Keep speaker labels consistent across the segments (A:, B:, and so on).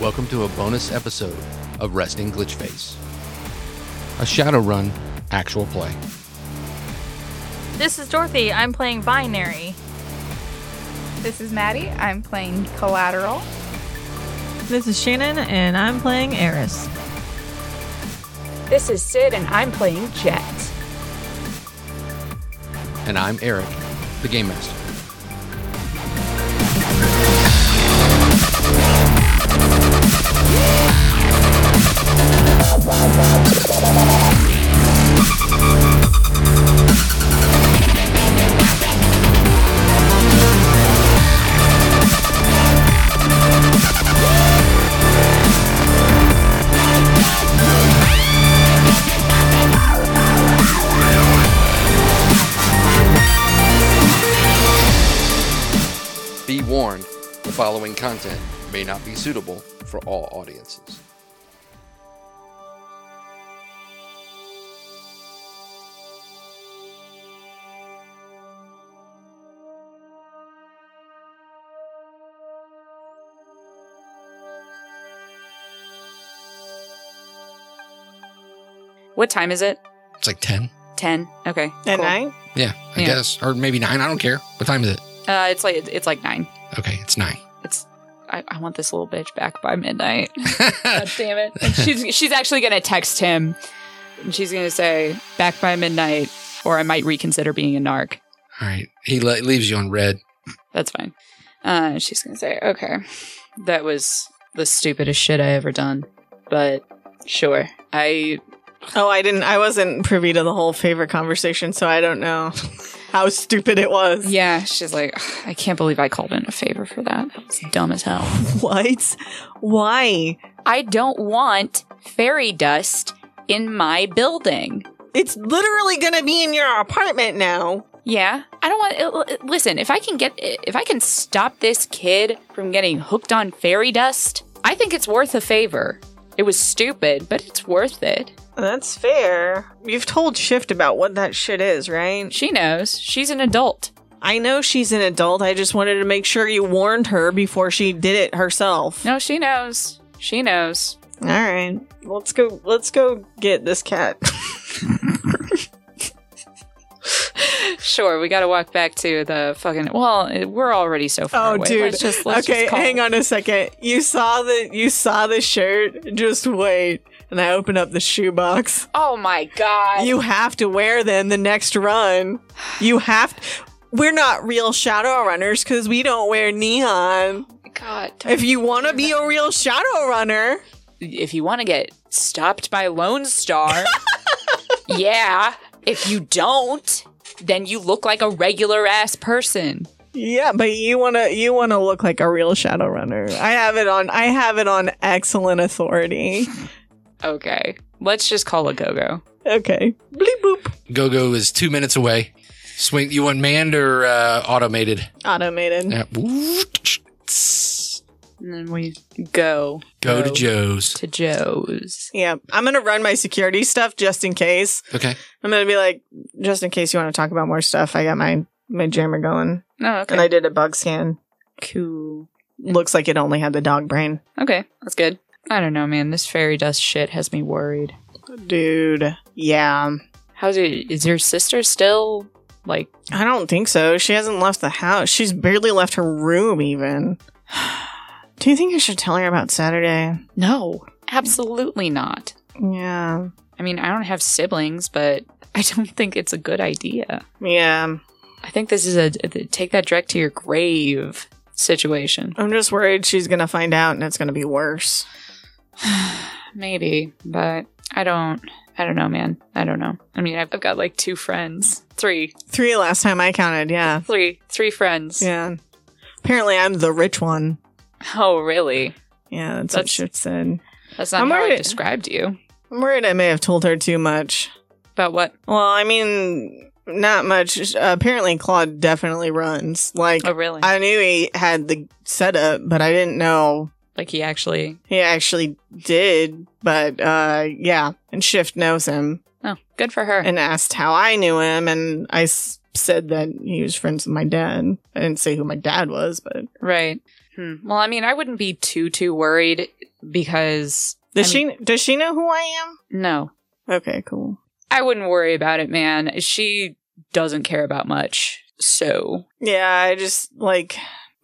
A: Welcome to a bonus episode of Resting Glitch Face, a Shadowrun actual play.
B: This is Dorothy. I'm playing Binary.
C: This is Maddie. I'm playing Collateral.
D: This is Shannon, and I'm playing Eris.
E: This is Sid, and I'm playing Jet.
A: And I'm Eric, the Game Master. Be warned, the following content may not be suitable for all audiences.
E: What time is it?
A: It's like 10?
E: 10. Okay.
F: At
E: cool.
F: nine?
A: Yeah, I
E: Yeah.
A: guess. Or maybe 9. I don't care. What time is it?
E: Uh, it's like it's like 9.
A: Okay, it's 9.
E: It's I, I want this little bitch back by midnight. God damn it. And she's she's actually going to text him. And she's going to say back by midnight or I might reconsider being a narc.
A: All right. He le- leaves you on red.
E: That's fine. Uh, she's going to say, "Okay. That was the stupidest shit I ever done." But sure. I
F: Oh, I didn't. I wasn't privy to the whole favorite conversation, so I don't know how stupid it was.
E: yeah, she's like, "Ugh, "I can't believe I called in a favor for that. That was dumb as hell."
F: What? Why?
E: I don't want fairy dust in my building.
F: It's literally gonna be in your apartment now.
E: Yeah, I don't want. it- it- Listen, if I can get, if I can stop this kid from getting hooked on fairy dust, I think it's worth a favor. It was stupid, but it's worth it.
F: That's fair. You've told Shift about what that shit is, right?
E: She knows she's an adult.
F: I know she's an adult. I just wanted to make sure you warned her before she did it herself.
E: No, she knows. She knows.
F: All right, let's go. Let's go get this cat.
E: Sure, we got to walk back to the fucking. Well, it- we're already so far
F: Oh,
E: away.
F: dude.
E: Let's just, let's
F: okay,
E: just call.
F: hang on a second. You saw the you saw the shirt. Just wait. And I open up the shoebox.
E: Oh my god.
F: You have to wear them the next run. You have. We're not real shadow runners because we don't wear neon.
E: god.
F: If you want to be a real shadow runner,
E: if you want to get stopped by Lone Star, yeah. If you don't, then you look like a regular ass person.
F: yeah, but you wanna you wanna look like a real shadow runner. I have it on. I have it on excellent authority.
E: Okay, let's just call a go go.
F: Okay, bleep boop,
A: Go Go is two minutes away. Swing. You want manned or uh, automated?
E: Mm.
F: automated.
A: Yeah.
E: And then we go
A: Go to Joe's.
E: to Joe's.
F: Yeah, I'm gonna run my security stuff just in case.
A: Okay.
F: I'm gonna be like, just in case you want to talk about more stuff, I got my my jammer going,
E: Oh,
F: and
E: okay,
F: I did a bug scan.
E: cool.
F: Looks like it only had the dog brain,
E: Okay, that's good. I don't know, man. This fairy dust shit has me worried.
F: dude. Yeah,
E: How's it? Is your sister still like?
F: I don't think so. She hasn't left the house. She's barely left her room, even. Do you think I should tell her about Saturday?
E: No, absolutely not.
F: Yeah,
E: I mean, I don't have siblings, but I don't think it's a good idea.
F: yeah.
E: I think this is a take that direct to your grave situation.
F: I'm just worried she's gonna find out, and it's gonna be worse.
E: Maybe, but I don't. I don't know, man. I don't know. I mean, I've, I've got like two friends, three,
F: Three last time I counted. Yeah,
E: three, three friends.
F: yeah. Apparently, I'm the rich one.
E: Oh, really?
F: Yeah, that's, what
E: That's-
F: Shift said.
E: That's not
F: I'm
E: how I
F: worried-
E: described you.
F: I'm worried I may have told her too much.
E: About what?
F: Well, I mean, not much. Apparently, Claude definitely runs. Like,
E: Oh, really?
F: I knew he had the setup, but I didn't know
E: like he actually?
F: he actually did. But uh, yeah, and Shift knows him
E: Oh, good for her.
F: and asked how I knew him, and I s- said that he was friends with my dad. I didn't say who my dad was, but
E: Right. Hmm. Well, I mean, I wouldn't be too too worried. because
F: Does
E: I
F: she does she know who I
E: no,
F: am? Okay, cool.
E: I wouldn't worry about it, man. She doesn't care about much. So
F: Yeah, I just like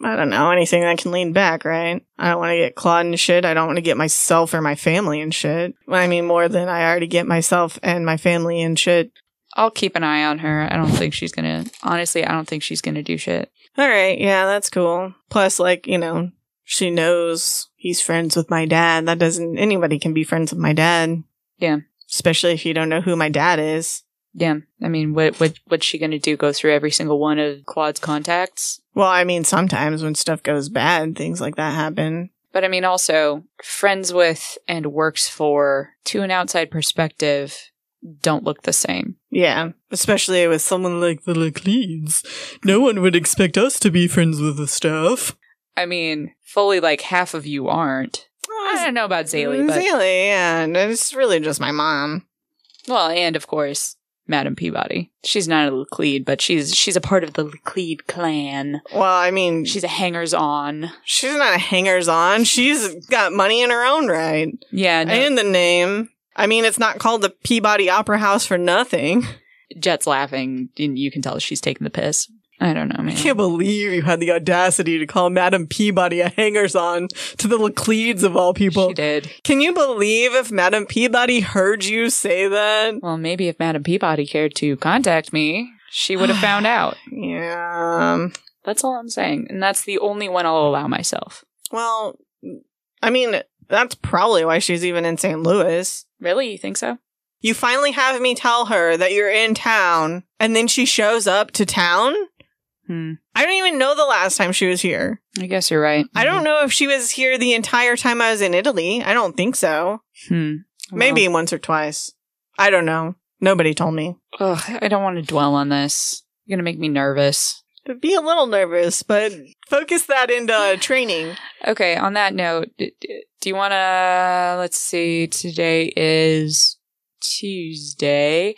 F: I don't know anything that can lean back, right? I don't want to get clawed and shit. I don't want to get myself or my family and shit. I mean, more than I already get myself and my family and shit.
E: I'll keep an eye on her. I don't think she's gonna. Honestly, I don't think she's gonna do shit.
F: All right, yeah, that's cool. Plus, like you know, she knows he's friends with my dad. That doesn't anybody can be friends with my dad.
E: Yeah.
F: especially if you don't know who my dad is.
E: Yeah, I mean, what what what's she gonna do? Go through every single one of Claude's contacts?
F: Well, I mean, sometimes when stuff goes bad, things like that happen.
E: But I mean, also friends with and works for to an outside perspective don't look the same.
F: Yeah, especially with someone like the Lecleans. No one would expect us to be friends with the staff.
E: I mean, fully like half of you aren't. I don't know about Zaylee, but
F: Zaley, Oh, yeah, and it's really just my mom.
E: well, and of course, Madame Peabody. She's not a Laclede, but she's she's a part of the Laclede clan.
F: Well, I mean, she's,
E: She's a hangers-on.
F: she's not a hangers-on. She's got money in her own right.
E: Yeah, no,
F: And the name. I mean, it's not called the Peabody Opera House for nothing.
E: Jet's laughing, and you can tell she's taking the piss. I don't know,
F: I
E: man.
F: can't believe you had the audacity to call Madame Peabody a hangers-on to the Lecledes of all people.
E: She did.
F: Can you believe if Madame Peabody heard you say that?
E: Well, maybe if Madame Peabody cared to contact me, she would have found out.
F: Yeah. um,
E: That's all I'm saying, and that's the only one I'll allow myself.
F: Well, I mean, that's probably why she's even in St. Louis.
E: Really, you think so?
F: You finally have me tell her that you're in town, and then she shows up to town?
E: Hmm.
F: I don't even know the last time she was here.
E: I guess you're right.
F: I don't know if she was here the entire time I was in Italy. I don't think so.
E: Hmm.
F: Maybe once or twice. I don't know. Nobody told me.
E: Well, ugh, I don't want to dwell on this. You're gonna make me nervous.
F: I'd Be a little nervous, but focus that into training.
E: Okay. On that note, d- d- do you want to? Let's see. Today is Tuesday.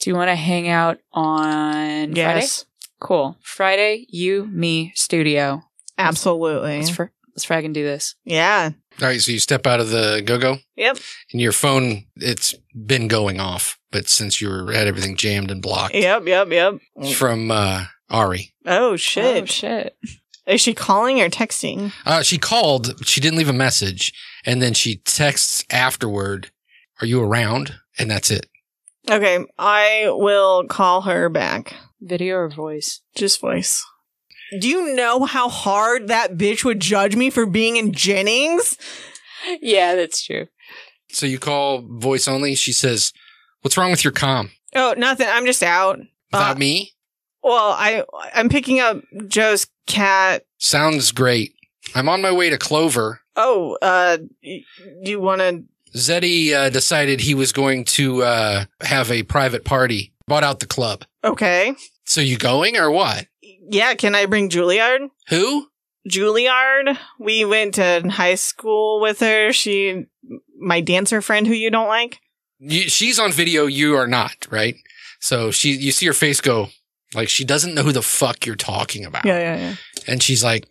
E: Do you want to hang out on Friday?
F: Yes.
E: Cool. Friday, you, me, studio.
F: Absolutely.
E: Let's, fr- let's frag and do this.
F: Yeah.
A: All right, so you step out of the go go.
F: Yep.
A: And your phone, it's been going off, but since you were had everything jammed and blocked
F: Yep, yep, yep.
A: It's from uh, Ari.
F: Oh shit.
E: Oh, shit.
F: Is she calling or texting?
A: Uh, she called, she didn't leave a message, and then she texts afterward, Are you around? And that's it.
F: Okay, I will call her back.
E: Video or voice?
F: Just voice. Do you know how hard that bitch would judge me for being in Jennings?
E: Yeah, that's true.
A: So you call voice only. She says, What's wrong with your com?
F: Oh, nothing. I'm just out.
A: Without
F: Uh,
A: me?
F: Well, I I'm picking up Joe's cat.
A: Sounds great. I'm on my way to Clover.
F: Oh, uh, y- you want to?
A: Zeddy uh, decided he was going to uh, have a private party, bought out the club.
F: Okay.
A: So you going or what?
F: Yeah. Can I bring Juilliard?
A: Who?
F: Juilliard. We went to high school with her. She, my dancer friend, who you don't like.
A: You, she's on video. You are not, right? So she, you see her face go like she doesn't know who the fuck you're talking about.
F: yeah, yeah.
A: And she's like,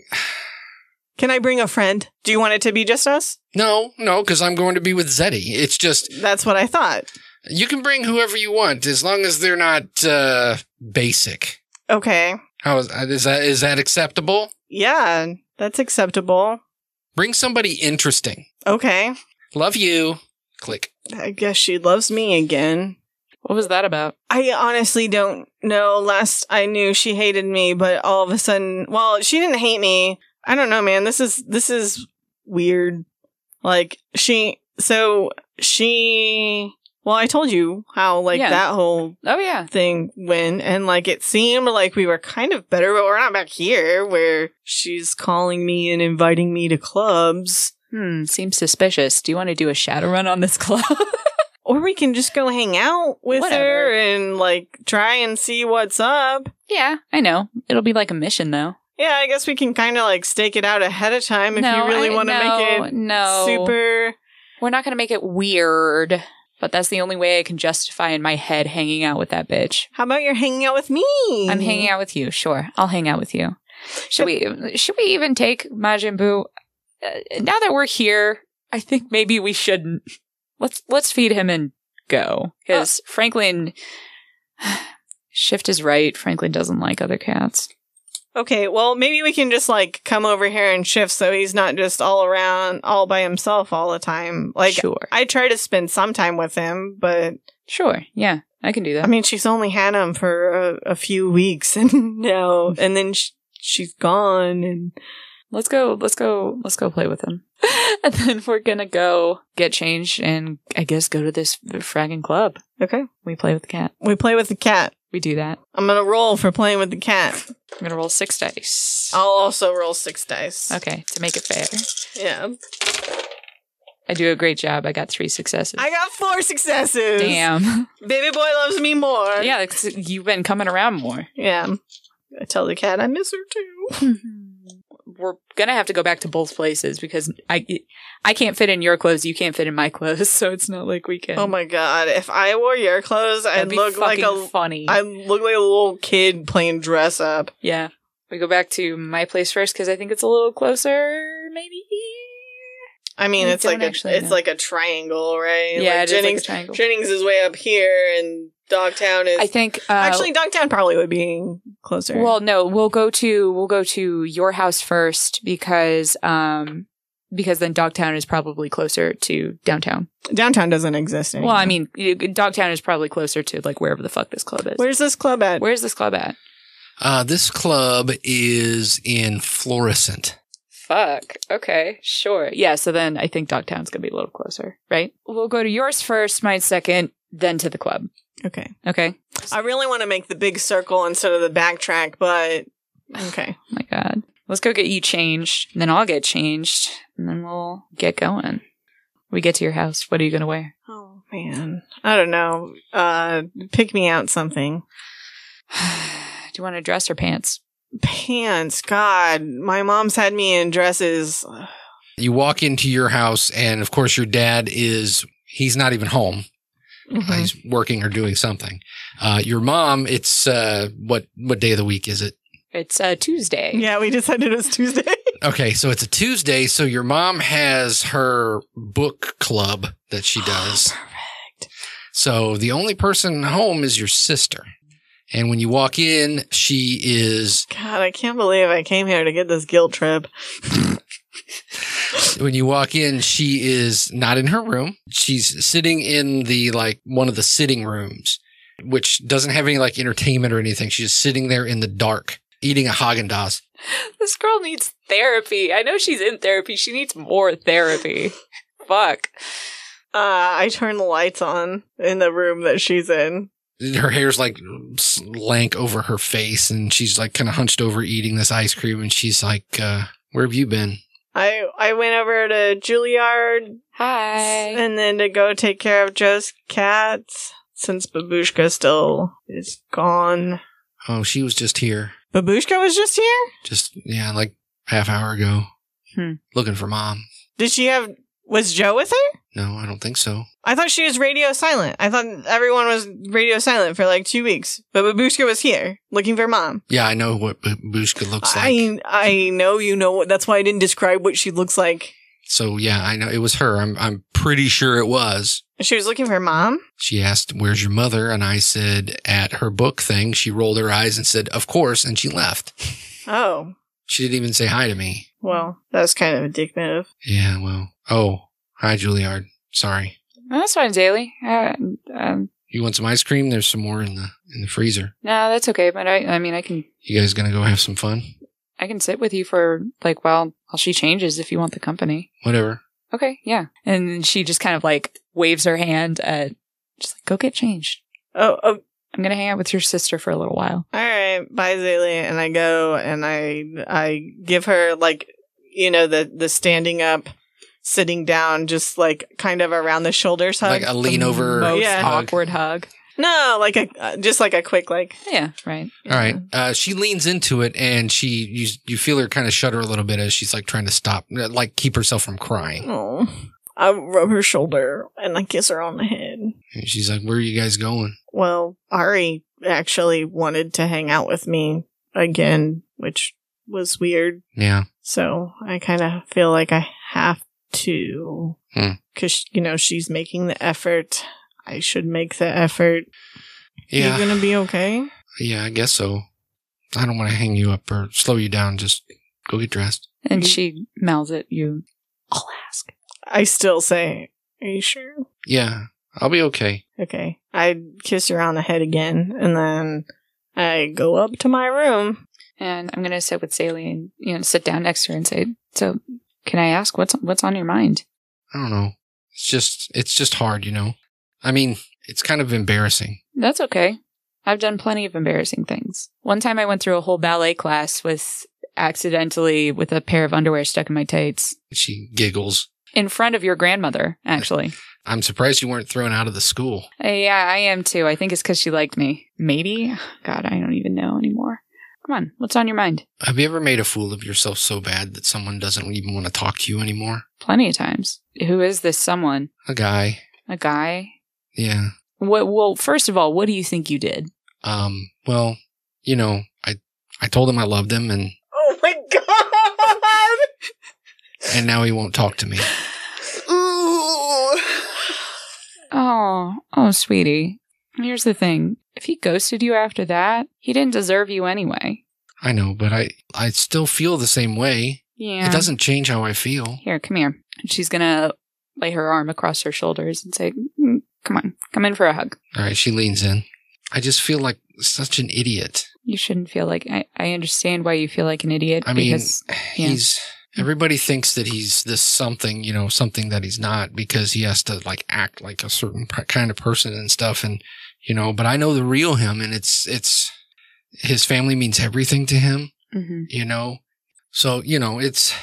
F: Can I bring a friend? Do you want it to be just us?
A: no, no, because I'm going to be with Zeddy. It's just
F: That's what I thought.
A: you can bring whoever you want as long as they're not uh, basic.
F: Okay.
A: How is, is that? Is that acceptable?
F: Yeah, that's acceptable.
A: Bring somebody interesting.
F: Okay.
A: Love you. Click.
F: I guess she loves me again.
E: What was that about?
F: I honestly don't know. Last I knew she hated me, but all of a sudden, well, she didn't hate me. I don't know, man. This is this is weird. Like she so she well, I told you how like
E: Yeah.
F: that whole
E: Oh, yeah.
F: thing went and like it seemed like we were kind of better but we're not back here where she's calling me and inviting me to clubs
E: Hmm. Seems suspicious. Do you want to do a shadow run on this club?
F: or we can just go hang out with her
E: Whatever.
F: and like try and see what's up
E: yeah, I know. It'll be like a mission, though.
F: yeah i guess we can kind of like stake it out ahead of time if you really want to make it
E: no,
F: super
E: We're not going to make it weird, but that's the only way I can justify in my head hanging out with that bitch.
F: how about you're hanging out with me
E: I'm
F: Mm-hmm.
E: hanging out with you. Sure, I'll hang out with you. Should we? Should we even take Majin Buu? Uh, now that we're here, I think maybe we shouldn't. Let's let's feed him and
F: Oh.
E: go. Because Franklin Shift is right. Franklin doesn't like other cats.
F: Okay, well, maybe we can just like come over here and shift so he's not just all around all by himself all the time. Like,
E: sure.
F: I try to spend some time with him, but
E: Sure. Yeah. I can do that.
F: I mean, she's only had him for a, a few weeks and now, and then sh- she's gone. And
E: let's go let's go let's go play with him and then we're gonna go get changed and i guess go to this fragging club
F: okay,
E: we play with the cat
F: we play with the cat.
E: we do that
F: I'm gonna roll for playing with the cat.
E: i'm gonna roll six dice
F: I'll also roll six dice.
E: okay to make it fair
F: Yeah,
E: i do a great job i got three successes
F: I got four successes.
E: damn
F: baby boy loves me more.
E: yeah it's- you've been coming around more
F: yeah. I tell the cat I miss her too.
E: we're gonna have to go back to both places because i i can't fit in your clothes you can't fit in my clothes so it's not like we can
F: Oh my god! If I wore your clothes,
E: That'd
F: I'd
E: be
F: look like
E: fucking
F: a
E: funny
F: I look like a little kid playing dress up.
E: Yeah. We go back to my place first because I think it's a little closer, maybe.
F: I mean,
E: I
F: it's like
E: don't
F: a
E: actually
F: it's
E: know.
F: like a triangle, right?
E: yeah, it is like
F: like
E: a
F: Jennings
E: triangle.
F: Jennings is way up here, and Dogtown is
E: I think uh,
F: actually Dogtown probably would be closer.
E: Well, no, we'll go to we'll go to your house first because um because then Dogtown is probably closer to downtown.
F: downtown doesn't exist anymore.
E: Well, I mean, you- Dogtown is probably closer to like wherever the fuck this club is.
F: where's this club at?
E: Where's this club at?
A: Uh, this club is in Florissant.
E: Fuck. Okay. Sure. Yeah. So then I think Dogtown's gonna be a little closer, right? We'll go to yours first, mine second, then to the club.
F: okay,
E: Okay.
F: I really want to make the big circle instead of the backtrack, but okay,
E: Oh my god. Let's go get you changed, and then I'll get changed, and then we'll get going. We get to your house. What are you gonna wear?
F: oh man, I don't know. Uh, pick me out something.
E: Do you want a dress or pants?
F: pants. God, my mom's had me in dresses.
A: You walk into your house, and of course, your dad is, he's not even home. Uh, he's working or doing something. Uh, your mom, it's, uh, what, what day of the week is it?
E: It's uh, Tuesday.
F: Yeah, we decided it was Tuesday.
A: Okay, so it's a Tuesday, so your mom has her book club that she does.
F: Perfect.
A: So the only person home is your sister. And when you walk in, she is
F: God, I can't believe I came here to get this guilt trip.
A: when you walk in, she is not in her room. She's sitting in the like one of the sitting rooms, which doesn't have any like entertainment or anything. She's just sitting there in the dark eating a Haagen-Dazs.
E: This girl needs therapy. I know she's in therapy. She needs more therapy. Fuck.
F: Uh, I turn the lights on in the room that she's in.
A: her hair's like lank over her face and she's like kind of hunched over eating this ice cream and she's like uh where have you been
F: I I went over to Juilliard
E: Hi.
F: and then to go take care of Joe's cats since Babushka still is gone.
A: oh she was just here
F: Babushka was just here.
A: just yeah like half hour ago
E: Hmm.
A: looking for mom
F: Did she have? Was Joe with her?
A: no i don't think so
F: I thought she was radio silent. I thought everyone was radio silent for like two weeks, but Babushka was here looking for mom.
A: yeah i know what babushka looks like
F: I I know you know what. That's why I didn't describe what she looks like.
A: so yeah i know it was her i'm i'm pretty sure it was
F: She was looking for mom.
A: she asked where's your mother and i said at her book thing she rolled her eyes and said of course and she left
F: Oh
A: she didn't even say hi to me
F: well, that was kind of a dick move.
A: yeah well oh hi juilliard sorry
E: No, that's fine, Daly. Uh, um,
A: You want some ice cream? There's some more in the in the freezer.
E: no, that's okay. But I, I mean, I can,
A: You guys gonna go have some fun?
E: I can sit with you for like while while she changes if you want the company.
A: Whatever.
E: okay, yeah. And then she just kind of like waves her hand at, just like, go get changed.
F: Oh, oh, all
E: I'm going to hang out with your sister for a little while.
F: right. Bye, Zaylee. And I go and I I give her like you know the the standing up, sitting down, just like kind of around the shoulders hug.
A: Like a lean over.
E: Most
F: Yeah.
A: hug.
E: awkward hug.
F: no, like a uh, just like a quick like.
E: Yeah, right.
A: All right. Uh, she leans into it, and she you you feel her kind of shudder a little bit as she's like trying to stop, like keep herself from crying.
F: Oh, I rub her shoulder and I kiss her on the head.
A: And she's like, "Where are you guys going?"
F: Well, Ari actually wanted to hang out with me again, which was weird.
A: Yeah.
F: So I kind of feel like I have too.
A: Hmm.
F: Because, you know, she's making the effort. I should make the effort.
A: Yeah.
F: You're going to be okay?
A: yeah, I guess so. I don't want to hang you up or slow you down. Just go get dressed.
E: And she mouths at you, I'll ask.
F: I still say, Are you sure?
A: Yeah, I'll be okay.
F: Okay. I kiss her on the head again, and then I go up to my room.
E: And I'm going to sit with Sally and, you know, sit down next to her and say, So can I ask what's, what's on your mind?
A: I don't know. It's just, it's just hard, you know? I mean, it's kind of embarrassing.
E: That's okay. I've done plenty of embarrassing things. One time I went through a whole ballet class with accidentally with a pair of underwear stuck in my tights
A: She giggles.
E: in front of your grandmother, actually.
A: I'm surprised you weren't thrown out of the school.
E: Uh, Yeah, I am too. I think it's because she liked me. Maybe? God, I don't even know anymore. Come on, what's on your mind?
A: Have you ever made a fool of yourself so bad that someone doesn't even want to talk to you anymore?
E: Plenty of times. Who is this someone?
A: A guy.
E: A guy?
A: Yeah.
E: What, well, first of all, what do you think you did?
A: Um, well, you know, I, I told him I loved him and,
F: Oh my god!
A: and now he won't talk to me.
F: Ooh!
E: Oh, oh, sweetie. Here's the thing if he ghosted you after that, he didn't deserve you anyway.
A: I know, but I, I still feel the same way.
E: Yeah.
A: It doesn't change how I feel.
E: Here, come here. And she's going to lay her arm across her shoulders and say, "Mm, Come on, come in for a hug.
A: All right, she leans in. I just feel like such an idiot.
E: You shouldn't feel like I, I understand why you feel like an idiot.
A: I mean,
E: because
A: He's everybody thinks that he's this something, you know, something that he's not because he has to like act like a certain p- kind of person and stuff and you know, but I know the real him and it's it's his family means everything to him,
E: Mhm.
A: you know. So, you know, it's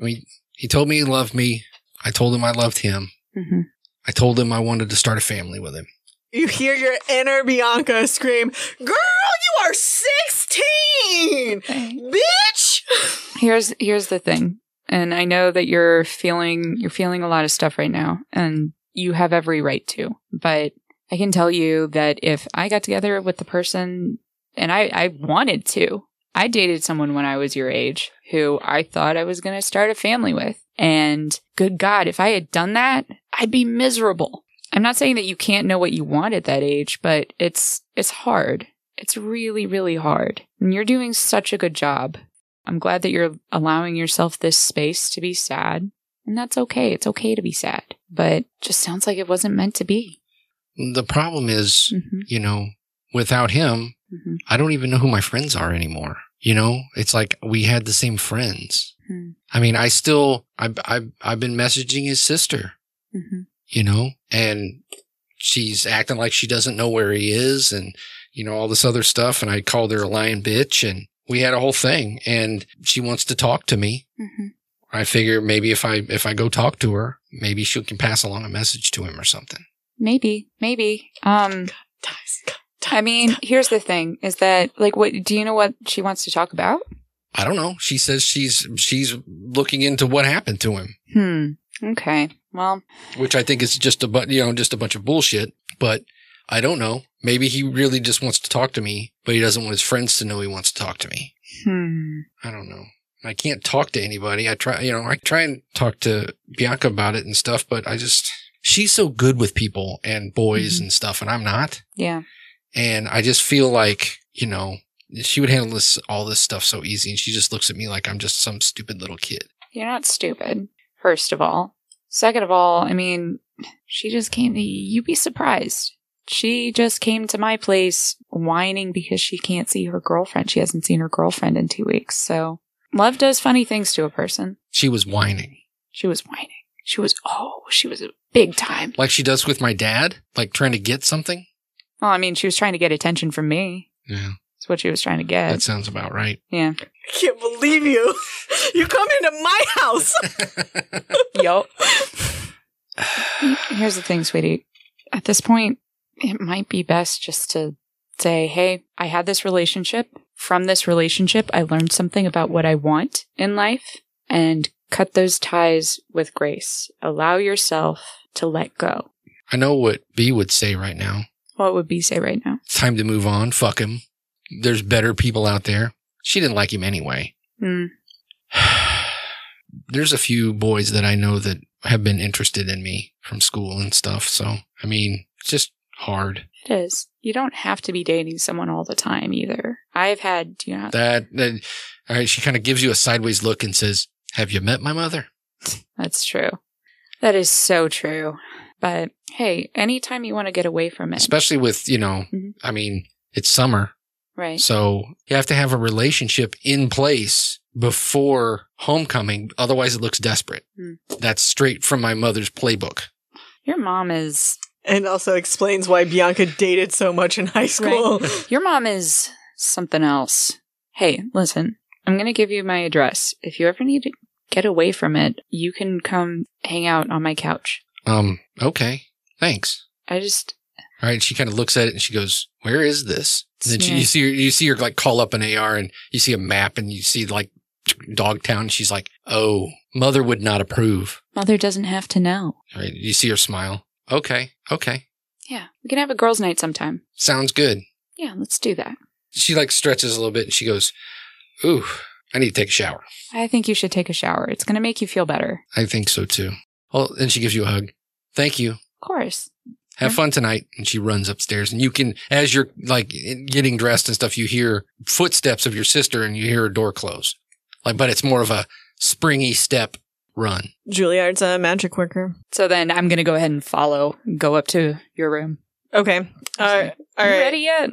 A: I mean, he told me he loved me. I told him I loved him.
E: Mm-hmm.
A: I told him I wanted to start a family with him.
F: You hear your inner Bianca scream, Girl, you are 16! Bitch!
E: Here's here's the thing, and I know that you're feeling you're feeling a lot of stuff right now, and you have every right to. But I can tell you that if I got together with the person, and I I wanted to, I dated someone when I was your age who I thought I was going to start a family with, and good God, if I had done that, I'd be miserable. I'm not saying that you can't know what you want at that age, but it's it's hard. It's really really hard. And you're doing such a good job. I'm glad that you're allowing yourself this space to be sad. And that's okay. It's okay to be sad. But just sounds like it wasn't meant to be.
A: The problem is,
E: Mm-hmm.
A: you know, without him,
E: Mm-hmm.
A: I don't even know who my friends are anymore. You know, it's like we had the same friends.
E: Hmm.
A: I mean, I still, I, I, I've been messaging his sister,
E: Mm-hmm.
A: you know, and she's acting like she doesn't know where he is and, you know, all this other stuff. And I called her a lying bitch and we had a whole thing and she wants to talk to me.
E: Mm-hmm.
A: I figure maybe if I, if I go talk to her, maybe she can pass along a message to him or something.
E: Maybe, maybe. Um,
F: Guys, God,
E: I mean, here's the thing is that, like, what do you know what she wants to talk about?
A: I don't know. She says she's, she's looking into what happened to him.
E: Hmm. Okay. Well,
A: which I think is just a bu- you know just a bunch of bullshit. But I don't know. Maybe he really just wants to talk to me, but he doesn't want his friends to know he wants to talk to me.
E: hmm.
A: I don't know. I can't talk to anybody. I try, you know, I try and talk to Bianca about it and stuff, but I just she's so good with people and boys and stuff, and I'm not.
E: Yeah.
A: And I just feel like you know she would handle this all this stuff so easy, and she just looks at me like I'm just some stupid little kid.
E: You're not stupid, first of all. Second of all, I mean, she just came to you'd be surprised. She just came to my place whining because she can't see her girlfriend. She hasn't seen her girlfriend in two weeks. So love does funny things to a person.
A: She was whining.
E: She was whining. She was oh, she was a big time.
A: Like she does with my dad, like trying to get something.
E: Well, I mean, she was trying to get attention from me.
A: Yeah.
E: That's what she was trying to get.
A: That sounds about right.
E: yeah.
F: I can't believe you. You come into my house.
E: Yo. Here's the thing, sweetie. At this point, it might be best just to say, hey, I had this relationship. From this relationship, I learned something about what I want in life and cut those ties with grace. Allow yourself to let go.
A: I know what B would say right now.
E: What would B say right now?
A: It's time to move on. Fuck him.
F: Hmm.
A: There's better people out there. She didn't like him anyway.
E: Hmm.
A: there's a few boys that I know that have been interested in me from school and stuff. So, I mean, it's just hard.
E: It is. You don't have to be dating someone all the time either. I've had, you know,
A: That, that all right, she kind of gives you a sideways look and says, "Have you met my mother?"
E: that's true. That is so true. But hey, anytime you want to get away from it,
A: Especially with, you know,
E: Mhm.
A: I mean, it's summer.
E: right?
A: So, you have to have a relationship in place before homecoming, otherwise it looks desperate.
E: Mm.
A: That's straight from my mother's playbook.
E: Your mom is
F: And also explains why Bianca dated so much in high school.
E: Your mom is something else. Hey, listen, I'm going to give you my address. If you ever need to get away from it, you can come hang out on my couch.
A: Um, okay. Thanks.
E: I just,
A: All right, she kind of looks at it and she goes, "Where is this?" And then she,
E: Yeah.
A: you see her, you see her like call up an AR and you see a map and you see like Dogtown. And she's like, "Oh, mother would not approve."
E: mother doesn't have to know.
A: All right, you see her smile. Okay, okay,
E: Yeah, we can have a girls' night sometime.
A: sounds good.
E: Yeah, let's do that.
A: She like stretches a little bit and she goes, "Ooh, I need to take a shower."
E: I think you should take a shower. It's going to make you feel better.
A: I think so too. Well, and she gives you a hug. Thank you.
E: Of course.
A: Have
E: Yeah.
A: fun tonight. And she runs upstairs and you can, as you're like getting dressed and stuff, you hear footsteps of your sister and you hear her door close. Like, but it's more of a springy step run.
F: Juilliard's a magic worker.
E: So then I'm going to go ahead and follow, go up to your room.
F: Okay. Uh, all
E: you
F: right.
E: ready yet?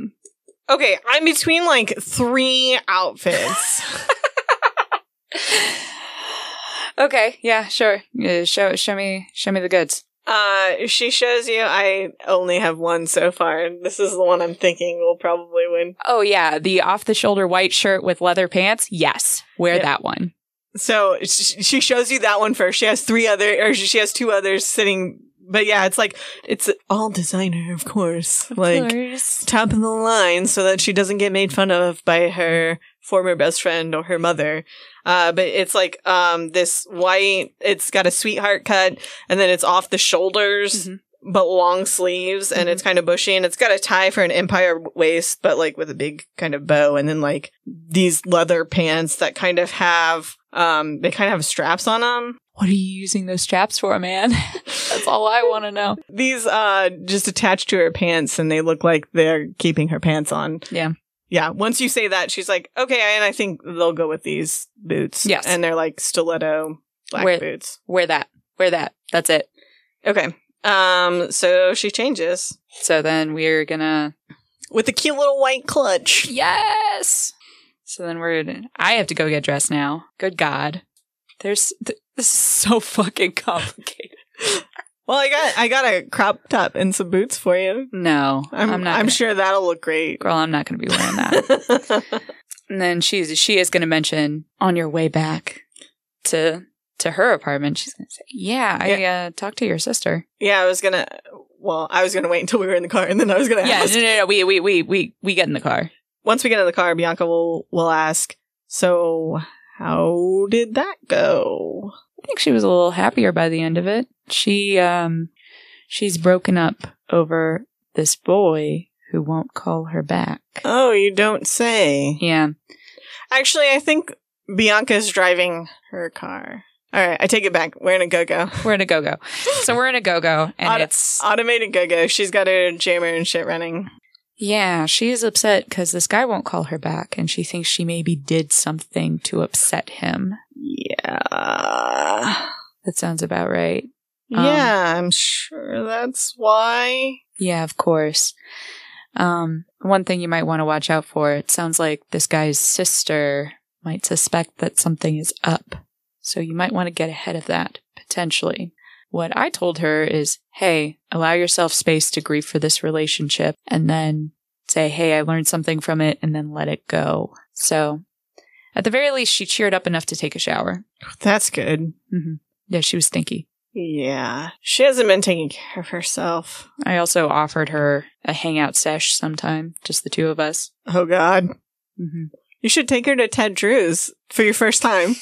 F: Okay. I'm between like three outfits.
E: okay, yeah, sure. Yeah, show show me show me the goods.
F: uh, she shows you I only have one so far, and this is the one I'm thinking will probably win.
E: Oh yeah, the off-the-shoulder white shirt with leather pants. Yes, wear
F: Yep.
E: that one.
F: So sh- she shows you that one first. She has three other, or she has two others sitting. But yeah, it's like it's all designer, of course, like top of the line, so that she doesn't get made fun of by her former best friend or her mother. Uh, but it's like um, this white. It's got a sweetheart cut, and then it's off the shoulders.
E: Mhm.
F: But long sleeves, and it's kind of bushy, and it's got a tie for an empire waist, but like with a big kind of bow, and then like these leather pants that kind of have um they kind of have straps on them
E: What are you using those straps for, man? That's all I want to know.
F: these uh just attached to her pants and they look like they're keeping her pants on
E: Yeah.
F: yeah once you say that she's like okay and i think they'll go with these boots
E: Yes.
F: and they're like stiletto black
E: Where-
F: boots
E: Wear that. Wear that. That's it.
F: okay um so she changes
E: So then we're gonna
F: with a cute little white clutch
E: yes. So then we're. gonna- I have to go get dressed now. Good God, there's th- this is so fucking complicated.
F: well i got i got a crop top and some boots for you
E: No,
F: i'm,
E: I'm,
F: I'm,
E: not. gonna-
F: sure that'll look great
E: girl. I'm not gonna be wearing that. And then she's she is going to mention on your way back to to her apartment. She's going to say, "Yeah, I uh, talked to your sister."
F: yeah i was gonna well i was gonna wait until we were in the car and then i was gonna
E: Yeah,
F: ask
E: no, no, no. We we we we we get in the car.
F: once we get in the car, Bianca will will ask, "So how did that go?"
E: I think she was a little happier by the end of it. She um she's broken up over this boy who won't call her back.
F: Oh, you don't say.
E: Yeah.
F: Actually, I think Bianca's driving her car. All right, I take it back. We're in a go-go.
E: We're in a go-go. So we're in a go-go and
F: Auto-
E: it's
F: Automated go-go. She's got her jammer and shit running.
E: yeah, she is upset cuz this guy won't call her back and she thinks she maybe did something to upset him.
F: Yeah.
E: That sounds about right. Um,
F: yeah, I'm sure that's why.
E: Yeah, of course. Um, one thing you might want to watch out for it sounds like this guy's sister might suspect that something is up. So you might want to get ahead of that, potentially. What I told her is hey, allow yourself space to grieve for this relationship and then say, hey, I learned something from it and then let it go. So at the very least, she cheered up enough to take a shower. Mm-hmm.
F: That's good.
E: Yeah, she was thinky.
F: Yeah. She hasn't been taking care of herself.
E: I also offered her a hangout sesh sometime, just the two of us.
F: Oh god.
E: Mm-hmm.
F: You should take her to Ted Drew's for your first time.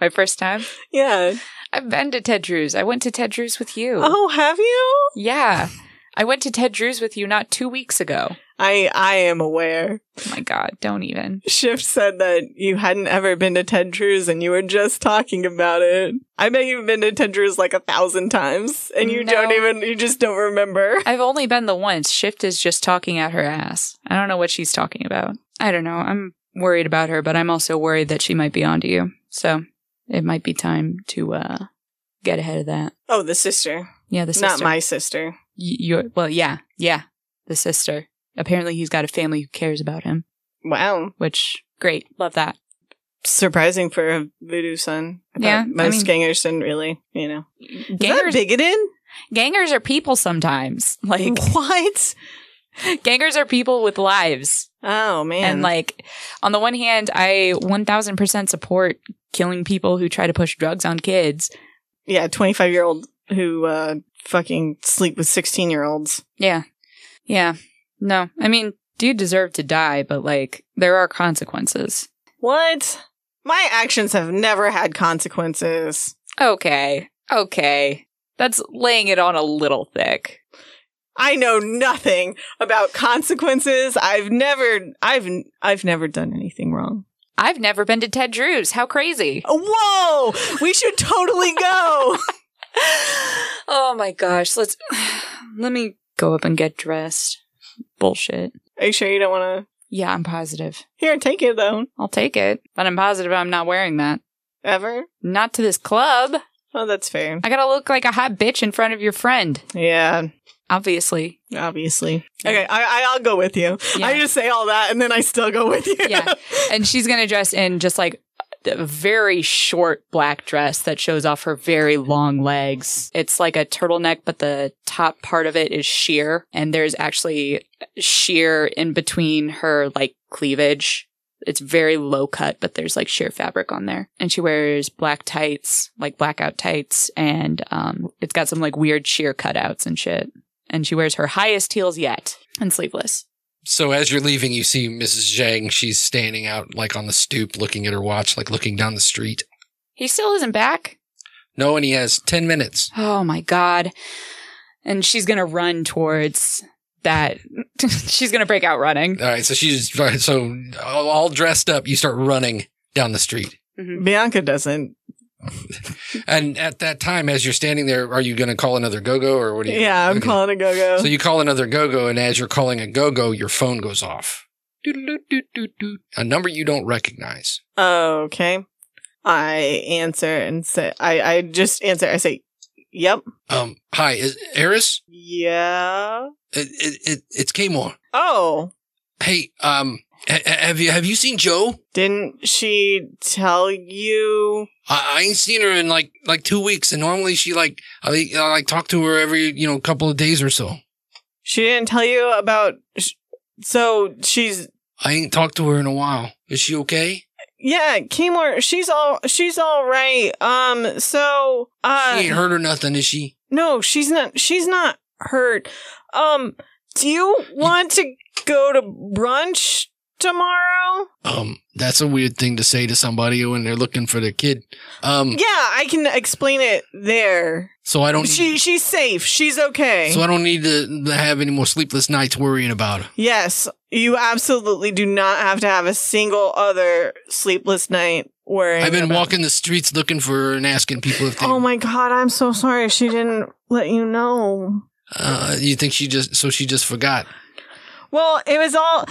E: My first time?
F: Yeah.
E: I've been to Ted Drew's. I went to Ted Drew's with you.
F: Oh, have Oh, you?
E: Yeah. I went to Ted Drew's with you not two weeks ago.
F: I I am aware.
E: Oh my God, don't even.
F: Shift said that you hadn't ever been to Ted Drew's and you were just talking about it. I bet you've been to Ted Drew's like a thousand times and you don't
E: No.
F: even you just don't remember.
E: I've only been the once. Shift is just talking at her ass. I don't know what she's talking about. I don't know. I'm worried about her, but I'm also worried that she might be onto you. So it might be time to uh, get ahead of that.
F: Oh, the sister.
E: Yeah, the sister.
F: Not my sister.
E: Y- your well, yeah, yeah, the sister. Apparently, he's got a family who cares about him,
F: Wow.
E: which great, love that.
F: Surprising for a voodoo son. I thought
E: Yeah, I
F: Most
E: mean-
F: gangers didn't really, you know. Is
E: Gangers,
F: that bigoted?
E: gangers are people sometimes. Like
F: what?
E: gangers are people with lives.
F: Oh man.
E: And like, on the one hand, I 1000% support killing people who try to push drugs on kids.
F: yeah, twenty five year old who uh fucking sleep with sixteen year olds.
E: Yeah. Yeah. No, I mean, dude deserved to die, but like, there are consequences.
F: What? My actions have never had consequences.
E: Okay. Okay. That's laying it on a little thick.
F: I know nothing about consequences. I've never I've I've never done anything wrong.
E: I've never been to Ted Drew's. How crazy.
F: Whoa! We should totally go.
E: oh my gosh. Let's, let me go up and get dressed. Bullshit.
F: Are you sure you don't want to?
E: Yeah, I'm positive.
F: Here, take it though.
E: I'll take it, but I'm positive I'm not wearing that.
F: Ever?
E: Not to this club.
F: Oh, that's fair.
E: I gotta look like a hot bitch in front of your friend,
F: Yeah,
E: obviously.
F: obviously. Okay, I, I I'll go with you. I
E: Yeah.
F: just say all that and then I still go with you.
E: Yeah. And she's gonna dress in just like a very short black dress that shows off her very long legs. It's like a turtleneck, but the top part of it is sheer, and there's actually sheer in between her like cleavage. It's very low cut, but there's like sheer fabric on there. And she wears black tights, like blackout tights, and um, it's got some like weird sheer cutouts and shit. And she wears her highest heels yet and sleeveless.
A: So as you're leaving, you see Mrs. Zhang. She's standing out like on the stoop, looking at her watch, like looking down the street.
E: He still isn't back.
A: No, and he has ten minutes.
E: Oh my God. And she's going to run towards that. she's going to break out running.
A: All right, so she's so all dressed up. You start running down the street,
F: Bianca doesn't.
A: and at that time, as you're standing there, are you going to call another go-go or what? Are you,
F: Yeah, I'm
A: okay.
F: calling a go go.
A: So you call another go-go, and as you're calling a go-go, your phone goes off. Doo-doo-doo-doo-doo. A number you don't recognize.
F: okay. I answer and say I I just answer. I say, "Yep,
A: Um, hi, is Eris?
F: yeah."
A: It, it, it, it's Kmore.
F: Oh,
A: Hey, um, ha- ha- have you have you seen Joe?
F: Didn't she tell you?
A: I, I ain't seen her in like like two weeks, and normally she like I, I like talk to her every you know couple of days or so.
F: She didn't tell you about. sh- So she's
A: I ain't talked to her in a while. Is she okay?
F: yeah, Keymore. She's all she's all right. Um. So uh,
A: she ain't hurt or nothing, is she?
F: no, she's not. She's not hurt. Um. Do you want to go to brunch tomorrow?
A: Um, that's a weird thing to say to somebody when they're looking for their kid. Um,
F: Yeah, I can explain it there.
A: so I don't.
F: She she's safe. She's okay.
A: so I don't need to, to have any more sleepless nights worrying about her.
F: Yes, you absolutely do not have to have a single other sleepless night worrying.
A: I've been
F: about-
A: walking the streets looking for her and asking people if they.
F: Oh my god, I'm so sorry she didn't let you know.
A: Uh, you think she just? So she just forgot.
F: Well, it was all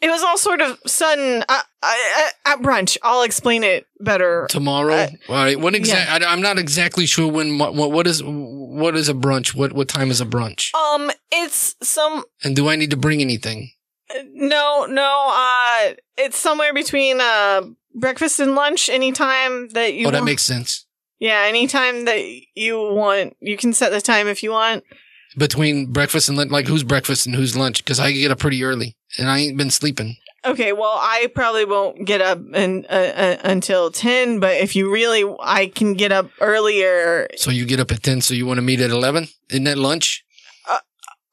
F: it was all sort of sudden uh, uh, at brunch. I'll explain it better.
A: Tomorrow.
F: Uh,
A: All right. What exact? I'm not exactly sure when. What, what is? What is a brunch? What what time is a brunch?
F: Um, it's some
A: And do I need to bring anything?
F: no, no, uh it's somewhere between uh breakfast and lunch anytime that you
A: oh, that
F: want.
A: makes sense.
F: Yeah, anytime that you want. You can set the time if you want.
A: between breakfast and lunch, like who's breakfast and who's lunch because I get up pretty early and I ain't been sleeping.
F: Okay, well, I probably won't get up and uh, uh, until 10, but if you really I can get up earlier
A: So you get up at 10, so you want to meet at 11? Isn't that lunch?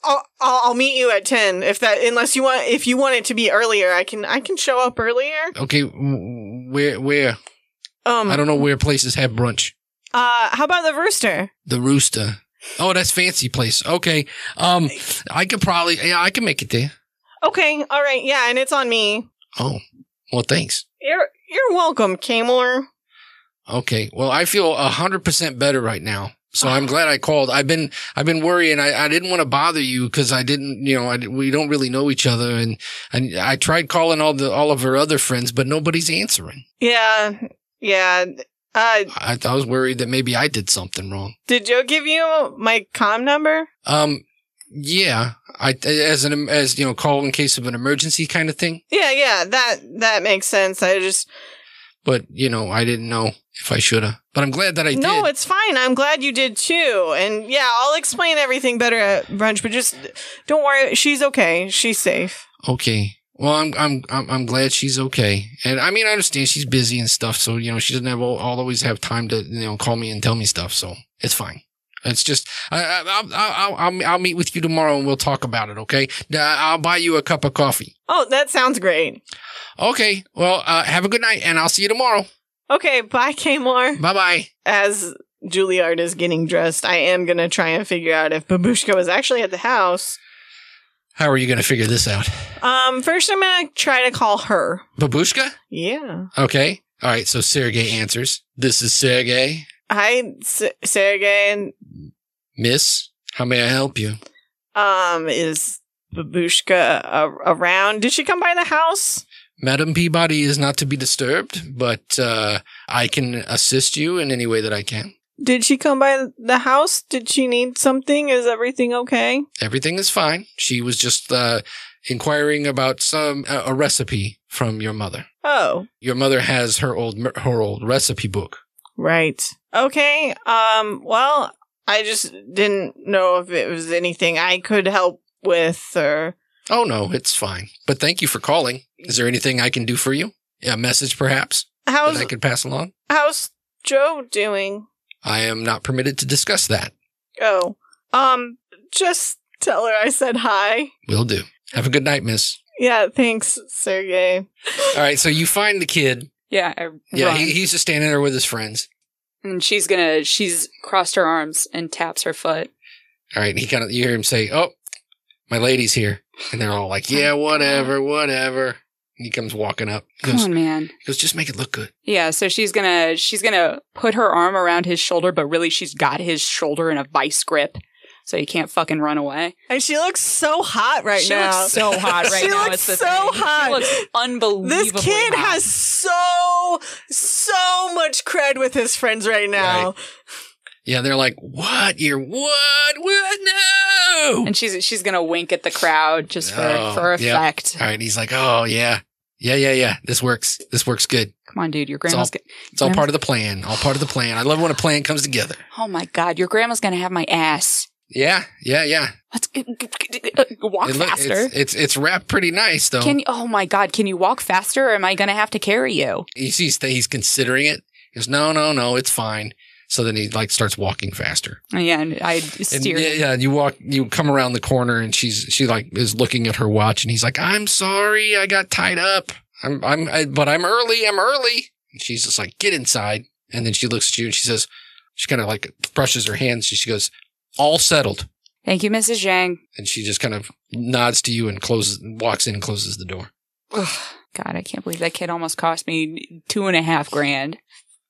F: I'll, I'll I'll meet you at ten if that unless you want if you want it to be earlier I can I can show up earlier.
A: Okay, w- where where?
F: Um,
A: I don't know where places have brunch.
F: Uh, how about the rooster?
A: The Rooster. Oh, that's fancy place. Okay. Um, I could probably, yeah, I can make it there.
F: Okay, all right, yeah, and it's on me.
A: Oh, well, thanks.
F: You're you're welcome, Camler.
A: Okay. Well, I feel a hundred percent better right now. So I'm glad I called. I've been, I've been worrying. I, I didn't want to bother you because I didn't, you know, I, we don't really know each other. And, and I tried calling all the, all of her other friends, but nobody's answering.
F: Yeah, yeah. Uh,
A: I, I was worried that maybe I did something wrong.
F: did Joe give you my com number?
A: Um, yeah, I, as an, as you know, call in case of an emergency kind of thing.
F: Yeah, yeah. That that makes sense. I just
A: But, you know, I didn't know if I should have, but I'm glad that I did.
F: no, it's fine. I'm glad you did too. And yeah, I'll explain everything better at brunch. But just don't worry. She's okay. She's safe.
A: Okay. Well, I'm I'm I'm I'm glad she's okay, and I mean I understand she's busy and stuff, so you know she doesn't have all, I'll always have time to you know call me and tell me stuff, so it's fine. It's just I, I I'll, I'll I'll I'll meet with you tomorrow and we'll talk about it, okay? Uh, I'll buy you a cup of coffee.
F: Oh, that sounds great.
A: Okay. Well, uh, have a good night, and I'll see you tomorrow.
F: Okay, bye, Kamor.
A: Bye bye.
F: As Juilliard is getting dressed, I am gonna try and figure out if Babushka was actually at the house.
A: How are you gonna figure this out,
F: Um, first I'm gonna try to call her.
A: Babushka?
F: Yeah.
A: Okay. All right. So Sergey answers. This is Sergey.
F: Hi, S- Sergey.
A: Miss, how may I help you?
F: Um, is Babushka a- around? Did she come by the house?
A: Madam Peabody is not to be disturbed, but uh, I can assist you in any way that I can.
F: Did she come by the house? Did she need something? Is everything okay?
A: Everything is fine. She was just uh, inquiring about some uh, a recipe from your mother.
F: Oh,
A: Your mother has her old her old recipe book.
F: right. Okay. Um, well, I just didn't know if it was anything I could help with or
A: Oh no, it's fine. But thank you for calling. Is there anything I can do for you? A message, perhaps, that
F: how's
A: I could pass along.
F: how's Joe doing?
A: I am not permitted to discuss that.
F: Oh, um, just tell her I said hi.
A: Will do. Have a good night, Miss.
F: Yeah, thanks, Sergey.
A: All right. So you find the kid.
E: Yeah. I
A: Yeah,
E: run.
A: he, he's just standing there with his friends.
E: and she's gonna. She's crossed her arms and taps her foot.
A: All right. And he kind of, you hear him say, Oh, my lady's here. And they're all like,
E: Oh,
A: Yeah, whatever, whatever. And he comes walking up. He
E: Come
A: goes,
E: on, man.
A: he goes, Just make it look good.
E: Yeah. So she's gonna. She's gonna put her arm around his shoulder, but really she's got his shoulder in a vice grip, so he can't fucking run away.
F: And she looks so hot right
E: she
F: now.
E: looks so hot right
F: She
E: now.
F: looks
E: it's the
F: so
E: thing.
F: hot.
E: She looks unbelievably
F: this kid
E: hot.
F: has so so much cred with his friends right now.
A: Yeah. They're like, What? You're what? What? No.
E: and she's she's gonna wink at the crowd just for
A: Oh,
E: for
A: yeah.
E: effect.
A: all right. and he's like, Oh, yeah. Yeah, yeah, yeah. This works. This works good.
E: Come on, dude. Your
A: all-
E: grandma's. Gonna,
A: It's all part of the plan. All part of the plan. I love when a plan comes together.
E: oh my god, your grandma's gonna have my ass.
A: Yeah, yeah, yeah.
E: Let's g- g- g- g- walk
A: It look-
E: faster.
A: It's, it's it's wrapped pretty nice though.
E: Can you, oh my god, can you walk faster or am I going to have to carry you?
A: he sees that he's considering it. He goes, no, no, no, it's fine. So then he like starts walking faster.
E: Yeah, and I
A: And
E: steer.
A: yeah, yeah, you walk, you come around the corner and she's, she like is looking at her watch and he's like, I'm sorry. I got tied up. I'm, I'm, I, but I'm early. I'm early. And she's just like, get inside. And then she looks at you and she says, she kind of like brushes her hands. She, she goes, all settled.
E: Thank you, Mrs. Zhang.
A: And she just kind of nods to you and closes, walks in and closes the door.
E: God, I can't believe that kid almost cost me two and a half grand.